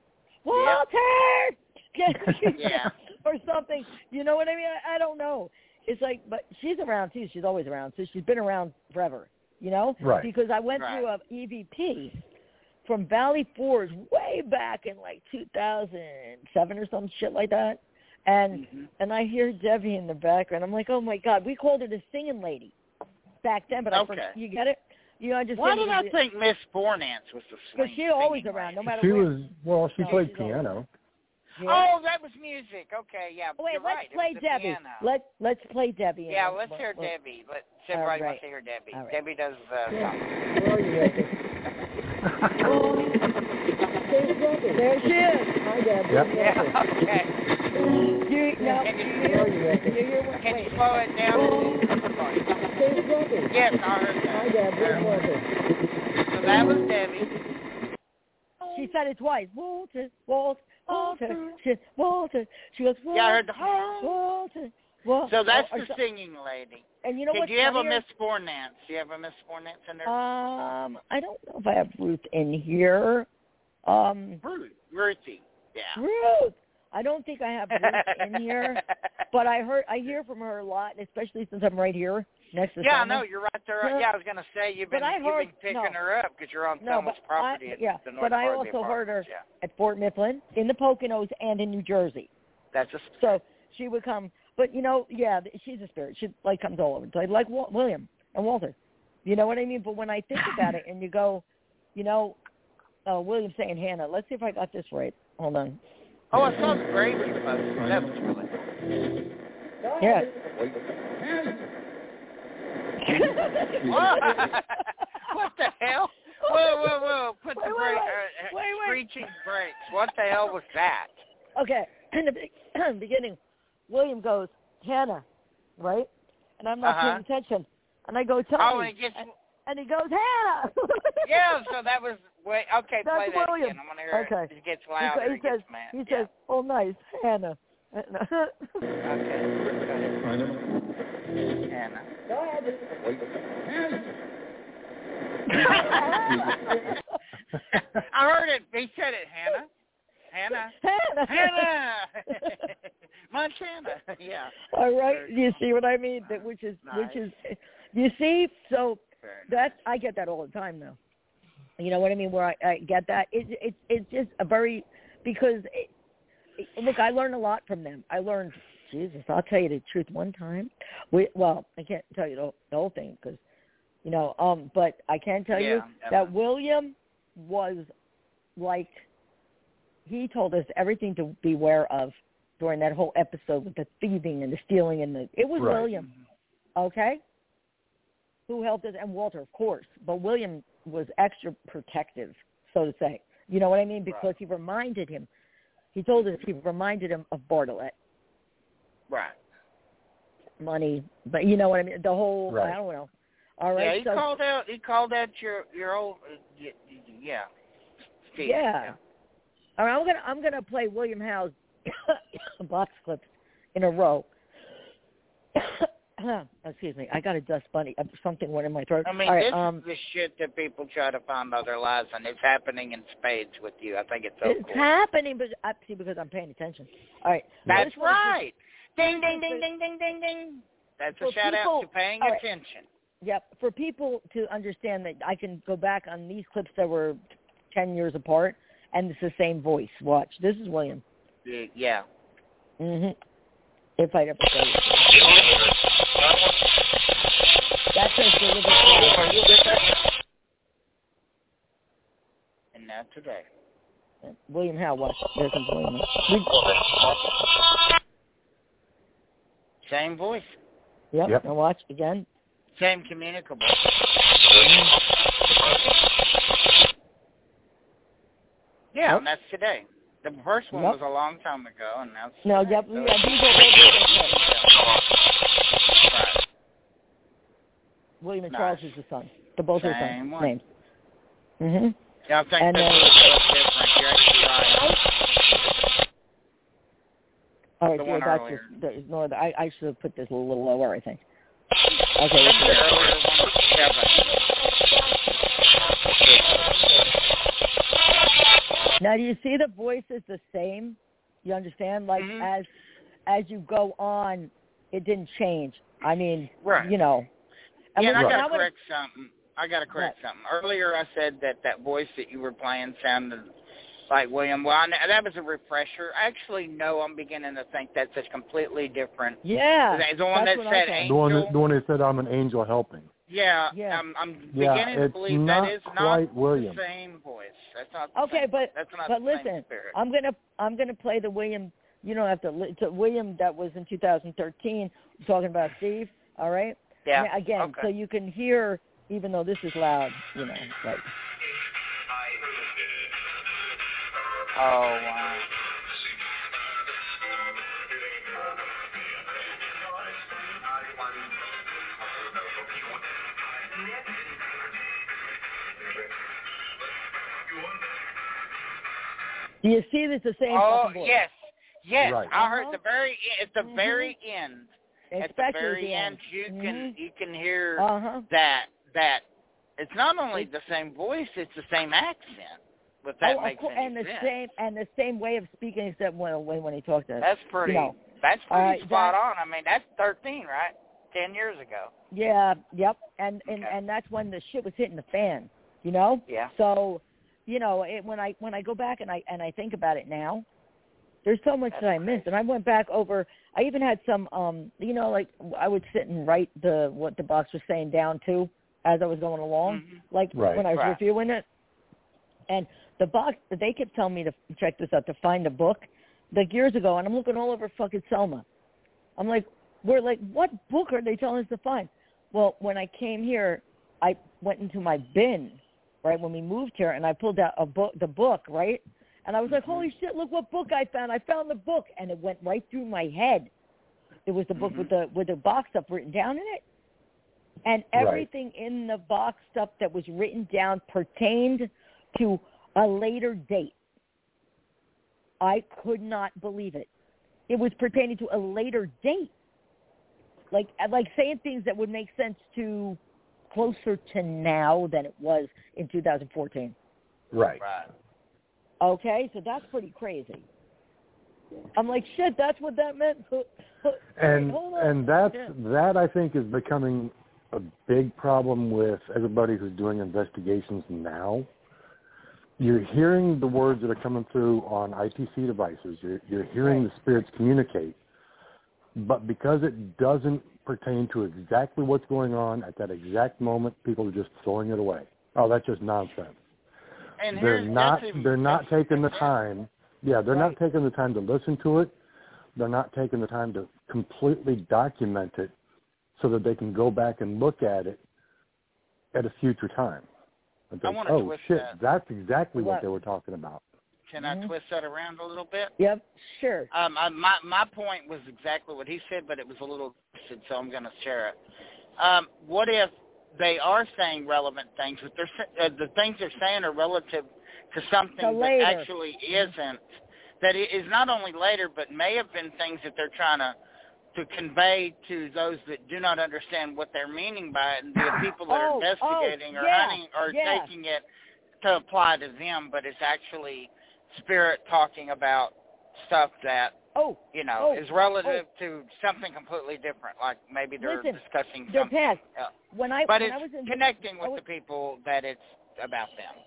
Speaker 4: Walter!
Speaker 1: Yeah.
Speaker 4: or something. You know what I mean? I, I don't know. It's like, but she's around too. She's always around. So she's been around forever, you know?
Speaker 3: Right.
Speaker 4: Because I went
Speaker 1: Right.
Speaker 4: through a EVP from Valley Forge way back in like 2007 or some shit like that. And
Speaker 1: Mhm.
Speaker 4: and I hear Debbie in the background. I'm like, oh my god, we called her the singing lady back then, but I
Speaker 1: Okay.
Speaker 4: forgot. You get it? You know, I just
Speaker 1: Why did
Speaker 4: didn't-
Speaker 1: I think Miss Bornance was the
Speaker 4: Because
Speaker 1: swing?
Speaker 4: she's always
Speaker 1: singing
Speaker 4: around, no
Speaker 1: lady?
Speaker 4: matter
Speaker 3: She
Speaker 4: where.
Speaker 3: was well. She
Speaker 4: No,
Speaker 3: played
Speaker 4: she's old.
Speaker 3: piano.
Speaker 4: Yeah.
Speaker 1: Oh, that was music. Okay, yeah.
Speaker 4: Oh, wait,
Speaker 1: you're
Speaker 4: let's
Speaker 1: right. it
Speaker 4: play
Speaker 1: was the
Speaker 4: Debbie.
Speaker 1: Piano.
Speaker 4: Let Let's play Debbie. and
Speaker 1: yeah,
Speaker 4: then
Speaker 1: let's
Speaker 4: we'll-
Speaker 1: hear
Speaker 4: we'll-
Speaker 1: Debbie. Let everybody
Speaker 4: All
Speaker 1: wants
Speaker 4: right.
Speaker 1: to hear Debbie.
Speaker 4: All right.
Speaker 1: Debbie does uh, something.
Speaker 4: Where are you, Debbie? There she is. Hi, Debbie.
Speaker 3: Yep.
Speaker 1: Yeah, okay.
Speaker 4: You, no,
Speaker 1: Can you-
Speaker 4: you hear, you hear what?
Speaker 1: Can you
Speaker 4: wait.
Speaker 1: slow it down? Yes, I heard that. So that was Debbie.
Speaker 4: She said it twice. Walter, Walter, Walter, she, Walter. She goes, Walter,
Speaker 1: Yeah, I heard the whole.
Speaker 4: Walter, Walter.
Speaker 1: So that's
Speaker 4: Oh,
Speaker 1: the singing lady.
Speaker 4: And you know
Speaker 1: Did
Speaker 4: what's
Speaker 1: you have a
Speaker 4: funnier?
Speaker 1: Miss Bornance? Do you have a Miss Bornance in there?
Speaker 4: Um, I don't know if I have Ruth in here. Um,
Speaker 1: Ruth. Ruthie. Yeah.
Speaker 4: Ruth. I don't think I have Ruth in here, but I heard I hear from her a lot, and especially since I'm right here next to.
Speaker 1: yeah,
Speaker 4: Selma.
Speaker 1: no, you're right there.
Speaker 4: Yeah.
Speaker 1: Yeah, I was gonna say you've
Speaker 4: But
Speaker 1: been
Speaker 4: I
Speaker 1: you've
Speaker 4: heard-
Speaker 1: been
Speaker 4: no.
Speaker 1: picking her up because you're on
Speaker 4: No,
Speaker 1: someone's
Speaker 4: but
Speaker 1: property.
Speaker 4: I-
Speaker 1: at
Speaker 4: yeah,
Speaker 1: the north
Speaker 4: but I
Speaker 1: part of the
Speaker 4: also heard
Speaker 1: apartments,
Speaker 4: her-
Speaker 1: Yeah,
Speaker 4: at Fort Mifflin, in the Poconos, and in New Jersey.
Speaker 1: that's just
Speaker 4: So she would come, but you know, yeah, th- she's a spirit. She like comes all over the place, like Wal- William and Walter. You know what I mean? But when I think about it, and you go, you know, uh, William saying Hannah. Let's see if I got this right. Hold on.
Speaker 1: Oh, I saw the gravy post. That was really cool.
Speaker 4: Yeah.
Speaker 1: What? what the hell? Whoa, whoa, whoa! Put
Speaker 4: Wait,
Speaker 1: the
Speaker 4: wait,
Speaker 1: brake,
Speaker 4: wait.
Speaker 1: uh,
Speaker 4: Wait, wait.
Speaker 1: screeching brakes. What the hell was that?
Speaker 4: Okay. In the be- beginning, William goes Hannah, right? And I'm not
Speaker 1: Uh-huh.
Speaker 4: paying attention. And I go Tony,
Speaker 1: Oh, and it gets
Speaker 4: and, and he goes Hannah.
Speaker 1: yeah. So that was wait. Okay,
Speaker 4: That's
Speaker 1: play that
Speaker 4: William.
Speaker 1: again. I want to hear
Speaker 4: Okay.
Speaker 1: it. It gets
Speaker 4: He
Speaker 1: louder.
Speaker 4: sa- he
Speaker 1: it
Speaker 4: says,
Speaker 1: gets mad.
Speaker 4: he
Speaker 1: yeah.
Speaker 4: says, "Oh, nice, Hannah."
Speaker 1: Okay. Go ahead, Hannah. I heard it. He said it, Hannah. Hannah.
Speaker 4: Hannah.
Speaker 1: Hannah. Montana. Yeah.
Speaker 4: All right, you see what I mean? That which is which is, you see. So
Speaker 1: Fair enough.
Speaker 4: that I get that all the time now. You know what I mean? Where I, I get that it, it it's just a very because it, it- look, I learn a lot from them. I learned Jesus. I'll tell you the truth. One time, we well, I can't tell you the, whole- the whole thing because you know. Um, but I can tell you
Speaker 1: Yeah, yeah.
Speaker 4: that William was like he told us everything to beware of during that whole episode with the thieving and the stealing and the it was
Speaker 3: Right.
Speaker 4: William,
Speaker 1: Mm-hmm.
Speaker 4: okay, who helped us and Walter, of course, but William was extra protective, so to say. You know what I mean? Because he reminded him. He told us he reminded him of Bartlett
Speaker 1: Right.
Speaker 4: money, but you know what I mean. The whole
Speaker 3: Right.
Speaker 4: I don't know. All right,
Speaker 1: Yeah, he
Speaker 4: so
Speaker 1: called out. He called out your your old uh, y- y- yeah. Steve,
Speaker 4: Yeah. All right, I'm gonna I'm gonna play William Howe's box clips in a row. Excuse me, I got a dust bunny. uh, Something went in my throat.
Speaker 1: I mean,
Speaker 4: All right,
Speaker 1: this
Speaker 4: um,
Speaker 1: is the shit that people try to find by their lives, and it's happening in spades with you. I think it's so
Speaker 4: it's
Speaker 1: cool.
Speaker 4: happening, but I see because I'm paying attention. All right,
Speaker 1: That's
Speaker 4: First one is-
Speaker 1: right. Ding, ding, ding, ding, ding, ding, ding. That's a
Speaker 4: Well,
Speaker 1: shout
Speaker 4: people-
Speaker 1: out to paying
Speaker 4: all right.
Speaker 1: attention.
Speaker 4: Yep, for people to understand that I can go back on these clips that were ten years apart, and it's the same voice. Watch, this is William.
Speaker 1: Y- Yeah.
Speaker 4: hmm If I ever say it. That's his delivery.
Speaker 1: And now today.
Speaker 4: William Howe watched their complaint. We,
Speaker 1: Same voice.
Speaker 4: yep,
Speaker 3: Yep.
Speaker 4: Now watch again.
Speaker 1: Same communicable. Yeah, and that's today. The first one
Speaker 4: Yep.
Speaker 1: was a long time ago, and that's
Speaker 4: No,
Speaker 1: today.
Speaker 4: yep,
Speaker 1: So
Speaker 4: yeah,
Speaker 1: it's-
Speaker 4: these are all different clips.
Speaker 1: Right.
Speaker 4: William and
Speaker 1: Nice.
Speaker 4: Charles is the son. The both are the
Speaker 1: Same
Speaker 4: sons.
Speaker 1: one.
Speaker 4: names. Mhm.
Speaker 1: Yeah, I think
Speaker 4: And
Speaker 1: this
Speaker 4: then-
Speaker 1: is so different. You're actually right.
Speaker 4: All right,
Speaker 1: The
Speaker 4: yeah,
Speaker 1: one
Speaker 4: Oh, that's
Speaker 1: earlier.
Speaker 4: just that is north. I I should have put this a little lower, I think. Okay.
Speaker 1: I
Speaker 4: this
Speaker 1: think
Speaker 4: is-
Speaker 1: the earlier one was seven.
Speaker 4: Now, do you see the voice is the same? You understand? Like
Speaker 1: Mhm.
Speaker 4: as as you go on, it didn't change. I mean,
Speaker 1: Right.
Speaker 4: you know. And
Speaker 1: yeah, and I
Speaker 4: listen,
Speaker 1: gotta
Speaker 4: I wanna-
Speaker 1: correct something. I gotta correct something. Earlier, I said that that voice that you were playing sounded like William. Well, I, kn- that was a refresher. Actually, no, I'm beginning to think that's a completely different.
Speaker 4: Yeah.
Speaker 1: That- the one
Speaker 4: that's
Speaker 1: that
Speaker 4: what I
Speaker 1: said
Speaker 4: thought.
Speaker 3: The one, that, the one that said, "I'm an angel helping."
Speaker 1: Yeah,
Speaker 4: Yeah.
Speaker 1: I'm, I'm
Speaker 3: Yeah,
Speaker 1: beginning to
Speaker 3: it's
Speaker 1: believe
Speaker 3: not
Speaker 1: that is
Speaker 3: quite
Speaker 1: not
Speaker 3: William.
Speaker 1: the same voice. That's not the
Speaker 4: Okay,
Speaker 1: same-
Speaker 4: but
Speaker 1: that's not the
Speaker 4: but
Speaker 1: same
Speaker 4: listen, uh,
Speaker 1: spirit.
Speaker 4: I'm gonna I'm gonna play the William. You don't have to. li- It's a William that was in 2013 talking about Steve. All right.
Speaker 1: yeah.
Speaker 4: Now, again,
Speaker 1: okay.
Speaker 4: so you can hear, even though this is loud, you know, like
Speaker 1: oh wow.
Speaker 4: do you see? It's the same
Speaker 1: Oh
Speaker 4: fucking voice.
Speaker 1: yes, yes.
Speaker 3: Right.
Speaker 1: I heard
Speaker 4: Uh-huh.
Speaker 1: the very e- at the
Speaker 4: Mhm.
Speaker 1: very end. at the
Speaker 4: Especially
Speaker 1: very
Speaker 4: the Mm-hmm.
Speaker 1: end, you can you can hear
Speaker 4: Uh huh.
Speaker 1: that that it's not only the same voice, it's the same accent. If that
Speaker 4: oh,
Speaker 1: makes
Speaker 4: of cour-
Speaker 1: any
Speaker 4: and the
Speaker 1: sense.
Speaker 4: same and the same way of speaking except when when, when he talked to us.
Speaker 1: That's pretty.
Speaker 4: you know.
Speaker 1: That's
Speaker 4: All
Speaker 1: pretty
Speaker 4: right,
Speaker 1: spot
Speaker 4: that-
Speaker 1: on. I mean, that's thirteen, right? Ten years ago.
Speaker 4: Yeah, yep. And and
Speaker 1: Okay.
Speaker 4: and that's when the shit was hitting the fan, you know?
Speaker 1: Yeah.
Speaker 4: So, you know, it, when I when I go back and I and I think about it now, there's so much
Speaker 1: That's
Speaker 4: that I missed. And I went back over. I even had some, um, you know, like I would sit and write the what the box was saying down to as I was going along,
Speaker 1: Mhm.
Speaker 4: like
Speaker 3: Right.
Speaker 4: when I was
Speaker 1: Right.
Speaker 4: reviewing it. And the box, they kept telling me to check this out to find the book, like years ago. And I'm looking all over fucking Selma. I'm like, we're like, what book are they telling us to find? Well, when I came here, I went into my bin, right, when we moved here, and I pulled out a book, the book, right? And I was like, holy shit, look what book I found. I found the book. And it went right through my head. It was the book with the with the box up written down in it. And
Speaker 3: Right.
Speaker 4: everything in the box up that was written down pertained to a later date. I could not believe it. It was pertaining to a later date. Like like saying things that would make sense to closer to now than it was in 2014.
Speaker 3: Right.
Speaker 1: Right.
Speaker 4: Okay, so that's pretty crazy. I'm like, shit, that's what that meant.
Speaker 3: and
Speaker 4: Hold on.
Speaker 3: and that's
Speaker 4: Yeah.
Speaker 3: that I think is becoming a big problem with everybody who's doing investigations now. You're hearing the words that are coming through on ITC devices. You're you're hearing the spirits communicate, but because it doesn't pertain to exactly what's going on at that exact moment, people are just throwing it away. Oh, that's just nonsense
Speaker 1: And
Speaker 3: they're
Speaker 1: here's,
Speaker 3: not
Speaker 1: that's even-
Speaker 3: they're not
Speaker 1: that's-
Speaker 3: taking the
Speaker 1: yeah.
Speaker 3: time. Yeah, they're not taking the time to listen to it. They're not taking the time to completely document it so that they can go back and look at it at a future time. And
Speaker 1: I
Speaker 3: think,
Speaker 1: wanna
Speaker 3: oh
Speaker 1: twist
Speaker 3: shit,
Speaker 1: that.
Speaker 3: that's exactly what
Speaker 4: What?
Speaker 3: they were talking about.
Speaker 1: Can I
Speaker 3: Mm-hmm.
Speaker 4: Mhm.
Speaker 1: twist that around a little bit?
Speaker 4: yep, sure.
Speaker 1: Um, I, my my point was exactly what he said, but it was a little twisted, so I'm going to share it. Um, what if they are saying relevant things, but they're sa- uh, the things they're saying are relative to something
Speaker 4: To
Speaker 1: that
Speaker 4: later.
Speaker 1: actually isn't, that it is not only later, but may have been things that they're trying to to convey to those that do not understand what they're meaning by it, and the people that are
Speaker 4: Oh,
Speaker 1: investigating
Speaker 4: oh,
Speaker 1: or
Speaker 4: yeah,
Speaker 1: hunting or
Speaker 4: yeah.
Speaker 1: taking it to apply to them, but it's actually spirit talking about stuff that
Speaker 4: Oh,
Speaker 1: you know,
Speaker 4: Oh,
Speaker 1: is relative to something completely different. Like maybe they're
Speaker 4: Listen,
Speaker 1: discussing
Speaker 4: they're
Speaker 1: something.
Speaker 4: past.
Speaker 1: else.
Speaker 4: When I
Speaker 1: But
Speaker 4: when
Speaker 1: it's
Speaker 4: I was in
Speaker 1: connecting
Speaker 4: I
Speaker 1: with
Speaker 4: was-
Speaker 1: the people that it's about them.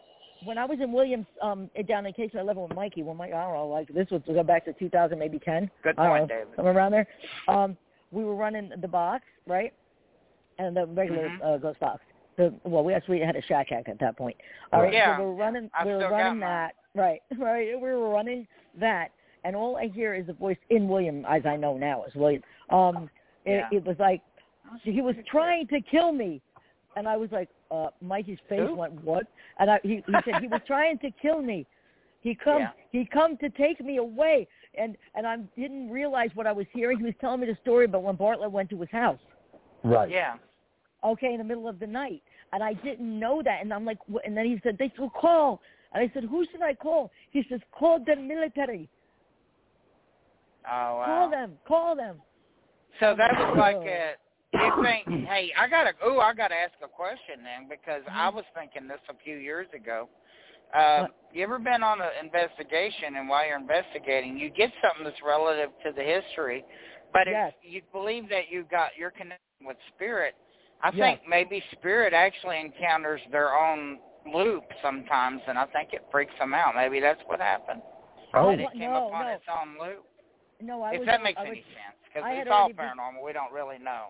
Speaker 4: when I was in Williams um down in Case I level with Mikey, when Mike I don't know, like this was go back to 2000 maybe 10.
Speaker 1: Good
Speaker 4: I don't
Speaker 1: point,
Speaker 4: know,
Speaker 1: David.
Speaker 4: somewhere around there. Um, we were running the box, right? And the regular
Speaker 1: Mhm.
Speaker 4: uh, ghost box. The, well, we actually had a shack hack at that point. All right,
Speaker 1: Yeah.
Speaker 4: so we were running.
Speaker 1: I've
Speaker 4: we were
Speaker 1: still got
Speaker 4: running
Speaker 1: mine.
Speaker 4: that. Right, right. We were running that, and all I hear is a voice in William, as I know now is William. Um, it,
Speaker 1: Yeah.
Speaker 4: it was like he was trying to kill me, and I was like, uh, Mikey's face
Speaker 1: Who?
Speaker 4: went what? And I, he, he said he was trying to kill me. He come
Speaker 1: Yeah.
Speaker 4: he come to take me away, and and I didn't realize what I was hearing. He was telling me the story about when Bartlett went to his house
Speaker 3: Right.
Speaker 1: Yeah.
Speaker 4: okay, in the middle of the night. And I didn't know that. And I'm like, what? and then he said, they will call. And I said, who should I call? He says, call the military.
Speaker 1: Oh wow.
Speaker 4: Call them. Call them.
Speaker 1: So that was like
Speaker 4: Oh.
Speaker 1: a you think, hey, I gotta oh, I gotta ask a question then because I was thinking this a few years ago. Uh,
Speaker 4: Mm-hmm. What?
Speaker 1: you ever been on an investigation and while you're investigating you get something that's relative to the history, but
Speaker 4: Yes.
Speaker 1: if you believe that you got you're connecting with spirit, I
Speaker 4: Yes.
Speaker 1: think maybe spirit actually encounters their own loop sometimes and I think it freaks them out. Maybe that's what happened.
Speaker 3: Oh,
Speaker 1: that it came
Speaker 4: no,
Speaker 1: upon
Speaker 4: no.
Speaker 1: its own loop.
Speaker 4: No, I
Speaker 1: if
Speaker 4: was.
Speaker 1: that makes
Speaker 4: I was,
Speaker 1: any sense, because
Speaker 4: I had
Speaker 1: it's all
Speaker 4: already been-
Speaker 1: paranormal, we don't really know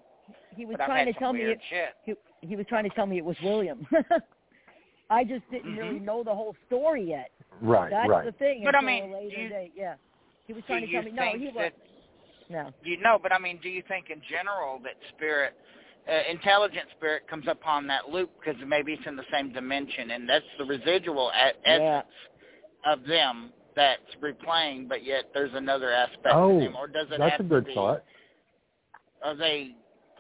Speaker 4: He was
Speaker 1: but I've
Speaker 4: trying
Speaker 1: had
Speaker 4: to
Speaker 1: some
Speaker 4: tell me.
Speaker 1: weird
Speaker 4: It,
Speaker 1: shit.
Speaker 4: he, he was trying to tell me it was William. I just didn't really know the whole story yet.
Speaker 3: Right,
Speaker 4: That's
Speaker 3: right.
Speaker 4: the thing.
Speaker 1: Mm-hmm. But I
Speaker 4: until a
Speaker 1: mean,
Speaker 4: later
Speaker 1: do you-
Speaker 4: date, yeah. He was
Speaker 1: do
Speaker 4: trying to tell
Speaker 1: you
Speaker 4: me no,
Speaker 1: think
Speaker 4: he
Speaker 1: that-
Speaker 4: wasn't. No.
Speaker 1: You know, but I mean, do you think in general that spirit, uh, intelligent spirit, comes upon that loop because maybe it's in the same dimension, and that's the residual a-
Speaker 4: Yeah.
Speaker 1: essence of them that's replaying, but yet there's another aspect
Speaker 3: Oh,
Speaker 1: of them, or does it
Speaker 3: That's
Speaker 1: have
Speaker 3: a good
Speaker 1: to be,
Speaker 3: thought.
Speaker 1: Are they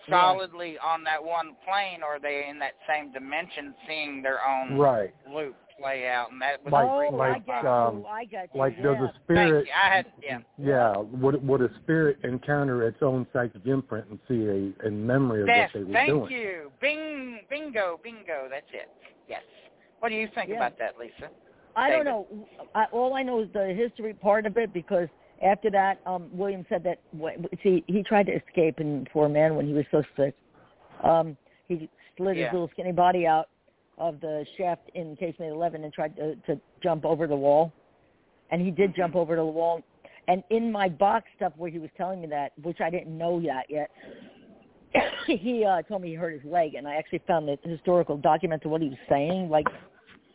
Speaker 4: Yeah.
Speaker 1: solidly on that one plane, or are they in that same dimension, seeing their own
Speaker 3: Right.
Speaker 1: loop play out? And that was
Speaker 3: Like-
Speaker 4: oh, I
Speaker 3: like,
Speaker 4: got
Speaker 3: um,
Speaker 4: you. I got you.
Speaker 3: Like
Speaker 4: yeah.
Speaker 3: does a
Speaker 1: Thank
Speaker 3: spirit
Speaker 1: you. I had yeah.
Speaker 3: yeah, would would a spirit encounter its own psychic imprint and see a, a memory of
Speaker 1: Yes,
Speaker 3: what they were
Speaker 1: thank
Speaker 3: doing?
Speaker 1: you. Bing, bingo, bingo. That's it. Yes. What do you think
Speaker 4: Yeah.
Speaker 1: about that, Lisa?
Speaker 4: I don't
Speaker 1: David.
Speaker 4: know. I, all I know is the history part of it because after that, um, William said that. wh- See, he tried to escape, and poor man, when he was so sick, um, he slid
Speaker 1: Yeah.
Speaker 4: his little skinny body out of the shaft in casement eleven and tried to, to jump over the wall, and he
Speaker 3: Mm-hmm.
Speaker 4: did jump over the wall. And in my box stuff where he was telling me that, which I didn't know that yet, he uh, told me he hurt his leg, and I actually found the historical document to what he was saying. Like,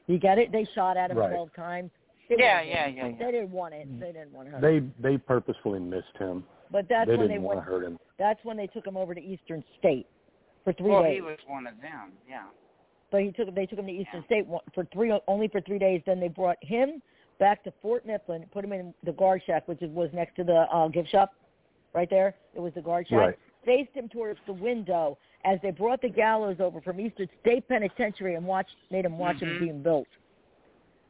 Speaker 4: you get it? They shot at him
Speaker 3: Right. Mm-hmm.
Speaker 4: twelve times. They
Speaker 1: Yeah,
Speaker 4: didn't
Speaker 1: yeah,
Speaker 4: want
Speaker 1: yeah,
Speaker 4: him.
Speaker 1: yeah.
Speaker 4: They didn't want it. They didn't want him.
Speaker 3: They they purposefully missed him.
Speaker 4: but that's
Speaker 3: they
Speaker 4: when
Speaker 3: didn't
Speaker 4: they
Speaker 3: want
Speaker 4: went.
Speaker 3: to hurt him.
Speaker 4: That's when they took him over to Eastern State for three
Speaker 1: Well,
Speaker 4: days.
Speaker 1: he was one of them. Yeah.
Speaker 4: but he took they took him to Eastern State one- for three only for three days. Then they brought him back to Fort Mifflin, put him in the guard shack, which was next to the uh, gift shop, right there. It was the guard shack.
Speaker 3: Right.
Speaker 4: Faced him towards the window as they brought the gallows over from Eastern State Penitentiary and watched made him watch
Speaker 1: Mhm.
Speaker 4: him being built.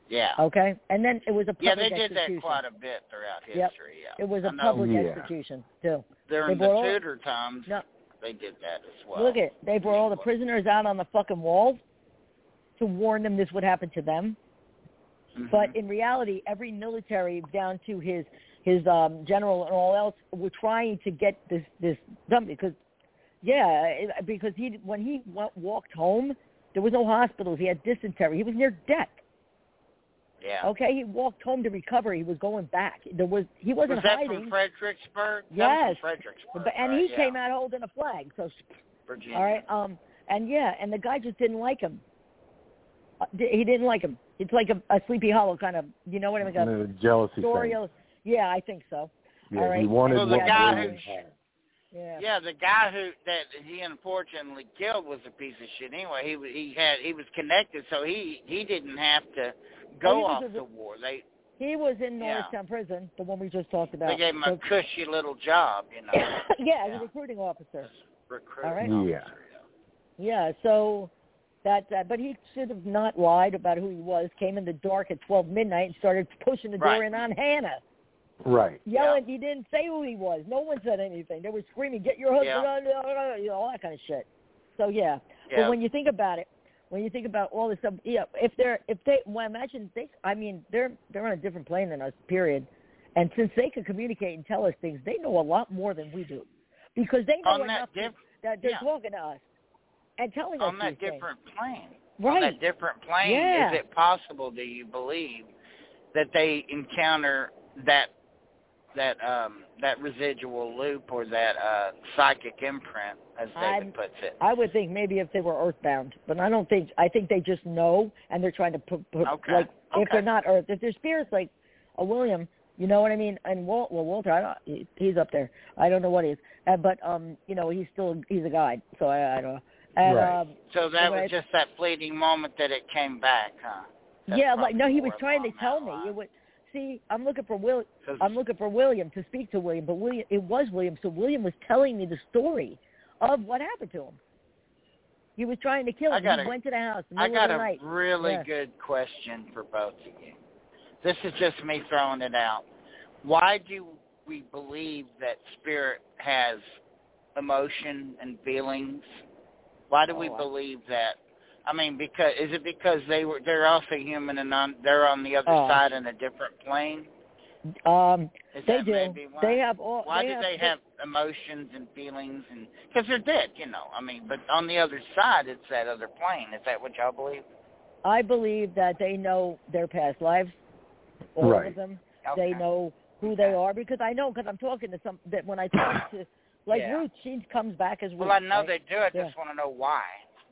Speaker 1: Yeah.
Speaker 4: Okay, and then it was a public
Speaker 1: yeah, they did that
Speaker 4: execution.
Speaker 1: quite a bit throughout
Speaker 4: Yep.
Speaker 1: history. Yeah.
Speaker 4: It was
Speaker 1: I
Speaker 4: a
Speaker 1: know
Speaker 4: public
Speaker 3: Yeah.
Speaker 4: execution too.
Speaker 1: During
Speaker 4: they
Speaker 1: the
Speaker 4: brought-
Speaker 1: Tudor times,
Speaker 4: No.
Speaker 1: they did that as well.
Speaker 4: Look at they brought all the prisoners out on the fucking walls to warn them this would happen to them.
Speaker 1: Mhm.
Speaker 4: But in reality, every military down to his his um, general and all else were trying to get this this done because yeah, it, because he when he wa- walked home, there was no hospitals. He had dysentery. He was near death.
Speaker 1: yeah.
Speaker 4: Okay, he walked home to recover. He was going back. There was he
Speaker 1: Was
Speaker 4: wasn't
Speaker 1: that
Speaker 4: hiding.
Speaker 1: from Fredericksburg? That was
Speaker 4: Yes.
Speaker 1: from Fredericksburg.
Speaker 4: but, and
Speaker 1: right,
Speaker 4: he
Speaker 1: yeah.
Speaker 4: came out holding a flag. So
Speaker 1: Virginia.
Speaker 4: all right, um, and yeah, and the guy just didn't like him. Uh, di- He didn't like him. It's like a, a Sleepy Hollow kind of, you know what I mean? Like a
Speaker 3: The jealousy
Speaker 4: story
Speaker 3: thing.
Speaker 4: of- yeah, I think so.
Speaker 3: Yeah,
Speaker 4: all right.
Speaker 3: he wanted
Speaker 1: So the
Speaker 3: what
Speaker 1: guy
Speaker 3: William
Speaker 1: who-
Speaker 3: had.
Speaker 4: Yeah.
Speaker 1: Yeah, the guy who that he unfortunately killed was a piece of shit. Anyway, he was- he had he was connected, so he he didn't have to
Speaker 4: He
Speaker 1: go
Speaker 4: was
Speaker 1: off
Speaker 4: a-
Speaker 1: the war. They
Speaker 4: He was in
Speaker 1: Yeah.
Speaker 4: Norristown prison, the one we just talked about.
Speaker 1: they gave him a
Speaker 4: So-
Speaker 1: cushy little job, you know.
Speaker 4: yeah, as
Speaker 1: Yeah.
Speaker 4: a recruiting officer.
Speaker 1: recruiting
Speaker 4: All right.
Speaker 1: officer,
Speaker 4: Yeah, so that, that but he should have not lied about who he was. Came in the dark at 12 midnight and started pushing the
Speaker 1: Right.
Speaker 4: door in on Hannah,
Speaker 3: Right.
Speaker 4: yelling he didn't say who he was. No one said anything. They were screaming, "Get your husband
Speaker 1: Yeah.
Speaker 4: on!" blah, blah, blah," You know, all that kind of shit. So yeah,
Speaker 1: Yeah.
Speaker 4: But when you think about it, when you think about all this stuff, yeah, if they're if they well, imagine they, I mean, they're they're on a different plane than us, period. And since they can communicate and tell us things, they know a lot more than we do, because they know
Speaker 1: on
Speaker 4: enough
Speaker 1: that diff-
Speaker 4: that they're
Speaker 1: yeah.
Speaker 4: talking to us and telling
Speaker 1: on
Speaker 4: us
Speaker 1: that
Speaker 4: these
Speaker 1: different plane.
Speaker 4: things. Right?
Speaker 1: On that different plane,
Speaker 4: Yeah.
Speaker 1: is it possible? Do you believe that they encounter that that um that residual loop or that uh psychic imprint, as David
Speaker 4: I'm-
Speaker 1: puts it?
Speaker 4: I would think maybe if they were earthbound, but I don't think. I think they just know, and they're trying to put, put
Speaker 1: Okay.
Speaker 4: like if
Speaker 1: Okay.
Speaker 4: they're not earth, if they're spirits like a William, you know what I mean? And Walt, well, Walter, I don't, he- he's up there. I don't know what he is, uh, but um, you know, he's still he's a guide, so I, I don't know. And
Speaker 3: Right.
Speaker 4: um,
Speaker 1: So that was
Speaker 4: Right.
Speaker 1: just that fleeting moment that it came back, huh? That's
Speaker 4: yeah, like no,
Speaker 1: probably
Speaker 4: he was
Speaker 1: more
Speaker 4: trying to
Speaker 1: along
Speaker 4: tell
Speaker 1: that
Speaker 4: me.
Speaker 1: line.
Speaker 4: It would see. I'm looking for Will.
Speaker 1: 'Cause-
Speaker 4: I'm looking for William to speak to William, but William, it was William. So William was telling me the story of what happened to him. He was trying to kill
Speaker 1: I
Speaker 4: him.
Speaker 1: got
Speaker 4: he
Speaker 1: a-
Speaker 4: went to the house. in the
Speaker 1: I
Speaker 4: middle of
Speaker 1: got
Speaker 4: the
Speaker 1: a
Speaker 4: night.
Speaker 1: really
Speaker 4: Yeah.
Speaker 1: good question for both of you. This is just me throwing it out. Why do we believe that spirit has emotion and feelings? Why do we
Speaker 4: Oh, I-
Speaker 1: believe that? I mean, because is it because they were they're also human and on, they're on the other
Speaker 4: Oh.
Speaker 1: side in a different plane?
Speaker 4: Um,
Speaker 1: Is
Speaker 4: they
Speaker 1: that
Speaker 4: do.
Speaker 1: maybe why?
Speaker 4: They have all.
Speaker 1: why
Speaker 4: they
Speaker 1: do
Speaker 4: have,
Speaker 1: they have emotions and feelings and because they're dead, you know? I mean, but on the other side, it's that other plane. Is that what y'all believe?
Speaker 4: I believe that they know their past lives. All
Speaker 3: Right.
Speaker 4: of them.
Speaker 1: Okay.
Speaker 4: They know who they are because I know because I'm talking to some that when I talk to like
Speaker 1: Yeah.
Speaker 4: Ruth, she comes back as Ruth.
Speaker 1: Well, I know
Speaker 4: right?
Speaker 1: they do. I
Speaker 4: Yeah.
Speaker 1: just want to know why.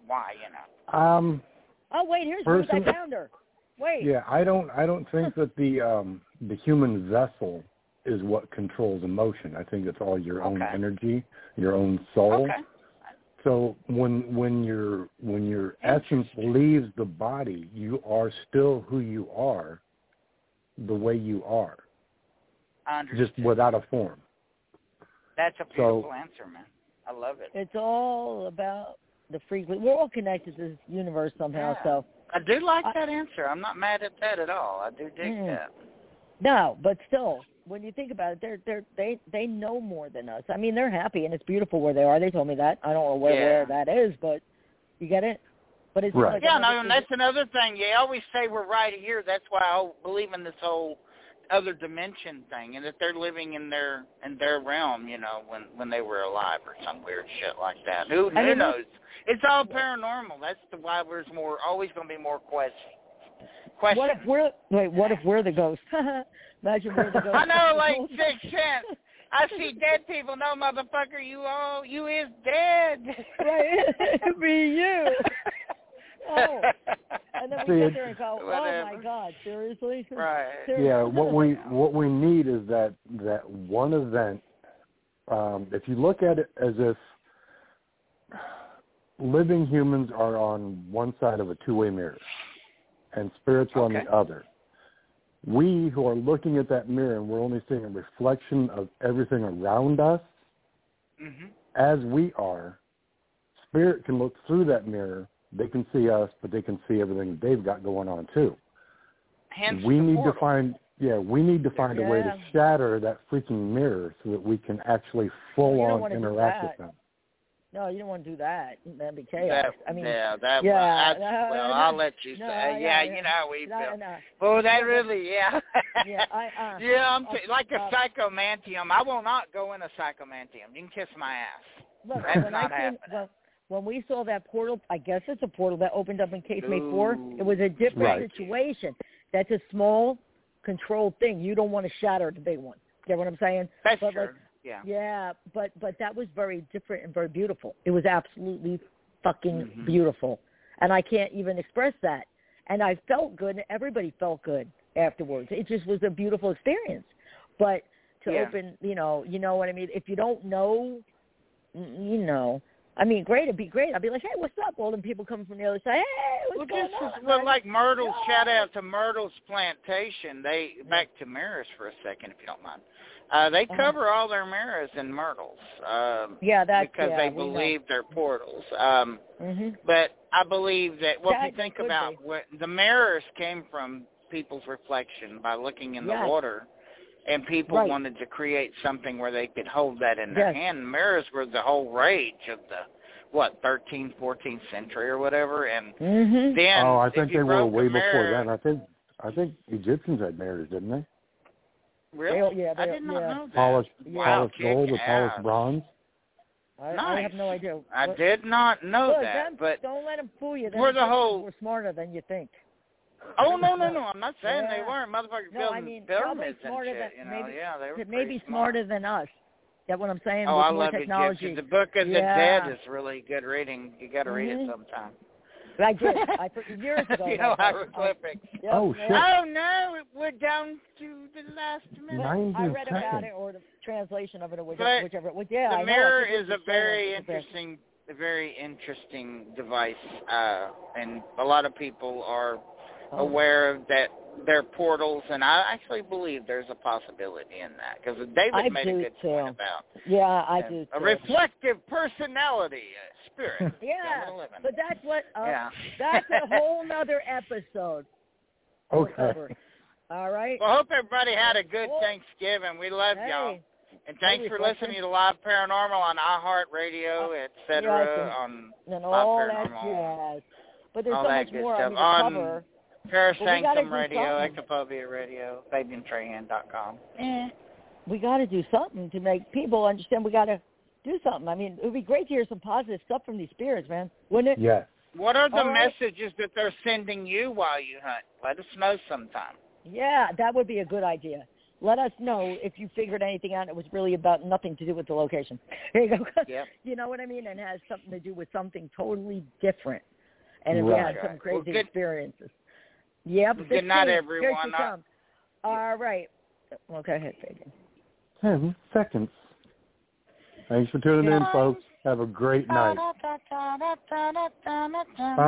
Speaker 1: why, you know.
Speaker 3: Um,
Speaker 4: Oh wait, here's
Speaker 3: First
Speaker 4: news. I
Speaker 3: of-
Speaker 4: found her. Wait.
Speaker 3: yeah, I don't. I don't think that the um, the human vessel is what controls emotion. I think it's all your own
Speaker 1: Okay.
Speaker 3: energy, your own soul.
Speaker 1: Okay.
Speaker 3: So when when your when your essence leaves the body, you are still who you are, the way you are,
Speaker 1: I understand.
Speaker 3: just without a form.
Speaker 1: That's a
Speaker 3: so-
Speaker 1: beautiful answer, man. I love it.
Speaker 4: It's all about the frequency. We're all connected to this universe somehow.
Speaker 1: Yeah.
Speaker 4: So
Speaker 1: I do like
Speaker 4: I-
Speaker 1: that answer. I'm not mad at that at all. I do dig
Speaker 4: Mm.
Speaker 1: that.
Speaker 4: no, but still, when you think about it, they're they're they they know more than us. I mean, they're happy and it's beautiful where they are. They told me that. I don't know where
Speaker 1: Yeah.
Speaker 4: where that is, but you get it. But it's
Speaker 3: Right.
Speaker 4: like
Speaker 1: Yeah, no,
Speaker 4: another-
Speaker 1: and that's another thing. They always say we're right here. That's why I believe in this whole other dimension thing, and that they're living in their in their realm. You know, when when they were alive or some weird shit like that. Who,
Speaker 4: I
Speaker 1: who
Speaker 4: mean,
Speaker 1: knows? It's all paranormal. That's the why there's more always going to be more questions. Questions.
Speaker 4: What if we're wait? What if we're the ghost? Imagine we're the ghost.
Speaker 1: I know, like six cents. I see dead people. No, motherfucker, you all you is dead.
Speaker 4: right? It'd be you. Oh, and then we sit there and go, oh my
Speaker 1: Whatever.
Speaker 4: God, seriously?
Speaker 1: Right.
Speaker 4: Seriously?
Speaker 3: yeah what we what we need is that that one event um if you look at it as if living humans are on one side of a two way mirror and spirits are on
Speaker 1: Okay.
Speaker 3: the other we who are looking at that mirror and we're only seeing a reflection of everything around us
Speaker 1: Mhm.
Speaker 3: as we are spirit can look through that mirror they can see us but they can see everything they've got going on too
Speaker 1: Hence
Speaker 3: we
Speaker 1: the
Speaker 3: need
Speaker 1: portal.
Speaker 3: to find yeah we need to find a way to
Speaker 4: Yeah.
Speaker 3: shatter that freaking mirror so that we can actually full
Speaker 4: You don't
Speaker 3: on
Speaker 4: wanna do
Speaker 3: interact with
Speaker 4: that.
Speaker 3: them
Speaker 4: No, you don't want to do that. That'd be chaos.
Speaker 1: That,
Speaker 4: I mean,
Speaker 1: yeah, that
Speaker 4: yeah,
Speaker 1: was,
Speaker 4: no,
Speaker 1: I, well,
Speaker 4: no,
Speaker 1: I'll
Speaker 4: no.
Speaker 1: let you
Speaker 4: No,
Speaker 1: say,
Speaker 4: yeah,
Speaker 1: yeah,
Speaker 4: yeah.
Speaker 1: you know how we
Speaker 4: no,
Speaker 1: feel.
Speaker 4: no.
Speaker 1: Well, that
Speaker 4: no, no.
Speaker 1: really, yeah.
Speaker 4: Yeah, I, uh,
Speaker 1: yeah, I'm t-
Speaker 4: uh,
Speaker 1: like a
Speaker 4: uh,
Speaker 1: psychomantium. I will not go in a psychomantium. You can kiss my ass.
Speaker 4: Look,
Speaker 1: That's
Speaker 4: when
Speaker 1: not
Speaker 4: I
Speaker 1: happening.
Speaker 4: seen, well, when we saw that portal, I guess it's a portal that opened up in Case May 4, it was a different
Speaker 3: Right.
Speaker 4: situation. That's a small, controlled thing. You don't want to shatter the big one. Get what I'm saying?
Speaker 1: That's
Speaker 4: but,
Speaker 1: true.
Speaker 4: like,
Speaker 1: yeah.
Speaker 4: Yeah, but but that was very different and very beautiful. It was absolutely fucking
Speaker 1: Mm-hmm.
Speaker 4: beautiful, and I can't even express that. And I felt good, and everybody felt good afterwards. It just was a beautiful experience. But to
Speaker 1: Yeah.
Speaker 4: open, you know, you know what I mean. If you don't know, mm, you know. I mean, great. It'd be great. I'd be like, hey, what's up? All them people coming from the other side. Hey, what's
Speaker 1: Well,
Speaker 4: going
Speaker 1: this is
Speaker 4: on?
Speaker 1: well, like Myrtle's.
Speaker 4: Yeah.
Speaker 1: Shout out to Myrtle's plantation. They back to mirrors for a second, if you don't mind. Uh, they
Speaker 4: Uh-huh.
Speaker 1: cover all their mirrors in Myrtle's um,
Speaker 4: yeah, that's
Speaker 1: because
Speaker 4: yeah,
Speaker 1: they
Speaker 4: we know.
Speaker 1: believe they're portals. Um,
Speaker 4: Mhm.
Speaker 1: But I believe that well, if
Speaker 4: That
Speaker 1: you think
Speaker 4: could
Speaker 1: about
Speaker 4: be.
Speaker 1: what the mirrors came from people's reflection by looking in
Speaker 4: Yes.
Speaker 1: the water, and people
Speaker 4: Right.
Speaker 1: wanted to create something where they could hold that in their
Speaker 4: Yes.
Speaker 1: hand. Mirrors were the whole rage of the what 13th, 14th century or whatever, and
Speaker 4: Mhm.
Speaker 1: then
Speaker 3: oh i
Speaker 1: if
Speaker 3: think
Speaker 1: you
Speaker 3: they were
Speaker 1: broke a
Speaker 3: way before
Speaker 1: mirror-
Speaker 3: then i think i think egyptians had mirrors didn't they
Speaker 1: Really?
Speaker 4: They- yeah,
Speaker 1: I
Speaker 4: they-
Speaker 1: did not
Speaker 4: yeah.
Speaker 1: know that.
Speaker 3: polished
Speaker 4: Yeah.
Speaker 3: polished
Speaker 1: Kick
Speaker 3: gold or polished
Speaker 1: ass.
Speaker 3: bronze
Speaker 4: I, I
Speaker 1: Nice.
Speaker 4: have no idea.
Speaker 1: I
Speaker 4: What-
Speaker 1: did not know
Speaker 4: Look,
Speaker 1: that,
Speaker 4: them-
Speaker 1: but
Speaker 4: don't let them fool you. Them
Speaker 1: We're the
Speaker 4: Egyptians
Speaker 1: whole-
Speaker 4: We're smarter than you think.
Speaker 1: oh no no no! I'm not saying
Speaker 4: Yeah.
Speaker 1: they weren't motherfuckers
Speaker 4: No,
Speaker 1: building
Speaker 4: I mean, probably
Speaker 1: pyramids and
Speaker 4: smarter
Speaker 1: shit.
Speaker 4: than-
Speaker 1: you know,
Speaker 4: maybe-
Speaker 1: yeah, they were
Speaker 4: Maybe
Speaker 1: pretty smart.
Speaker 4: smarter than us. That what I'm saying?
Speaker 1: Oh,
Speaker 4: with
Speaker 1: I
Speaker 4: more
Speaker 1: love
Speaker 4: technology.
Speaker 1: Egyptian. The Book of
Speaker 4: Yeah.
Speaker 1: the Dead is really good reading. You got to read
Speaker 4: Mhm.
Speaker 1: it sometime.
Speaker 4: I did. I put years ago.
Speaker 1: you know,
Speaker 4: I-
Speaker 1: hieroglyphics.
Speaker 4: yeah,
Speaker 3: Oh,
Speaker 4: yeah.
Speaker 3: shit.
Speaker 1: Oh no, we're down to the last minute.
Speaker 3: ninety
Speaker 4: I read about
Speaker 3: seconds
Speaker 4: it or the translation of it or whichever.
Speaker 1: But
Speaker 4: whichever. Well, yeah, I
Speaker 1: the
Speaker 4: know, I
Speaker 1: mirror
Speaker 4: think
Speaker 1: is
Speaker 4: it's
Speaker 1: a
Speaker 4: the
Speaker 1: very
Speaker 4: same.
Speaker 1: interesting, a very interesting device, uh, and a lot of people are
Speaker 4: Oh.
Speaker 1: aware of that. Their portals, and I actually believe there's a possibility in that because David
Speaker 4: I
Speaker 1: made
Speaker 4: do,
Speaker 1: a good
Speaker 4: too.
Speaker 1: point about
Speaker 4: Yeah, I
Speaker 1: uh,
Speaker 4: do.
Speaker 1: a
Speaker 4: too.
Speaker 1: reflective personality, a spirit.
Speaker 4: Yeah,
Speaker 1: I'm living.
Speaker 4: but that's what. Uh,
Speaker 1: yeah,
Speaker 4: That's a whole nother episode. we'll
Speaker 3: okay
Speaker 4: cover. All right.
Speaker 1: Well, hope everybody had a good
Speaker 4: Well,
Speaker 1: Thanksgiving. We love
Speaker 4: hey.
Speaker 1: y'all. And thanks
Speaker 4: hey,
Speaker 1: for
Speaker 4: reflection.
Speaker 1: listening to Live Paranormal on iHeartRadio, et cetera,
Speaker 4: Oh, welcome.
Speaker 1: on Live
Speaker 4: and all that
Speaker 1: Paranormal.
Speaker 4: jazz. But there's
Speaker 1: All
Speaker 4: so
Speaker 1: that
Speaker 4: much
Speaker 1: good
Speaker 4: more
Speaker 1: stuff. Um,
Speaker 4: I
Speaker 1: On
Speaker 4: need to cover. Well, we gotta
Speaker 1: Parasanctum
Speaker 4: do
Speaker 1: Radio,
Speaker 4: something.
Speaker 1: Ecopobia Radio, FabianTrahan.com.
Speaker 4: We got to do something to make people understand. We got to do something. I mean, it would be great to hear some positive stuff from these spirits, man. Wouldn't it?
Speaker 3: yes
Speaker 1: What are the
Speaker 4: All right.
Speaker 1: messages that they're sending you while you hunt? Let us know sometime.
Speaker 4: Yeah, that would be a good idea. Let us know if you figured anything out. It was really about nothing to do with the location. There you go.
Speaker 1: Yep.
Speaker 4: You know what I mean? And has something to do with something totally different. And if
Speaker 3: Right.
Speaker 4: you had some
Speaker 1: Well,
Speaker 4: crazy
Speaker 1: good-
Speaker 4: experiences. Yep.
Speaker 1: Good
Speaker 4: 15.
Speaker 1: night,
Speaker 4: Here she
Speaker 1: everyone. I-
Speaker 4: comes. All right. Well, go ahead, Fagan.
Speaker 3: Ten seconds. Thanks for tuning in, folks. Have a great night.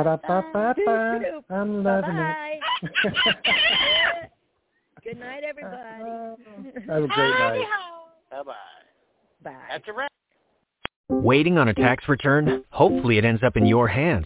Speaker 3: Ba-da-ba-ba-ba. I'm loving it.
Speaker 4: Bye. Good night, everybody.
Speaker 3: Have a great night.
Speaker 1: Bye-bye.
Speaker 4: Bye.
Speaker 1: That's a wrap.
Speaker 7: Waiting on a tax return? Hopefully it ends up in your hands.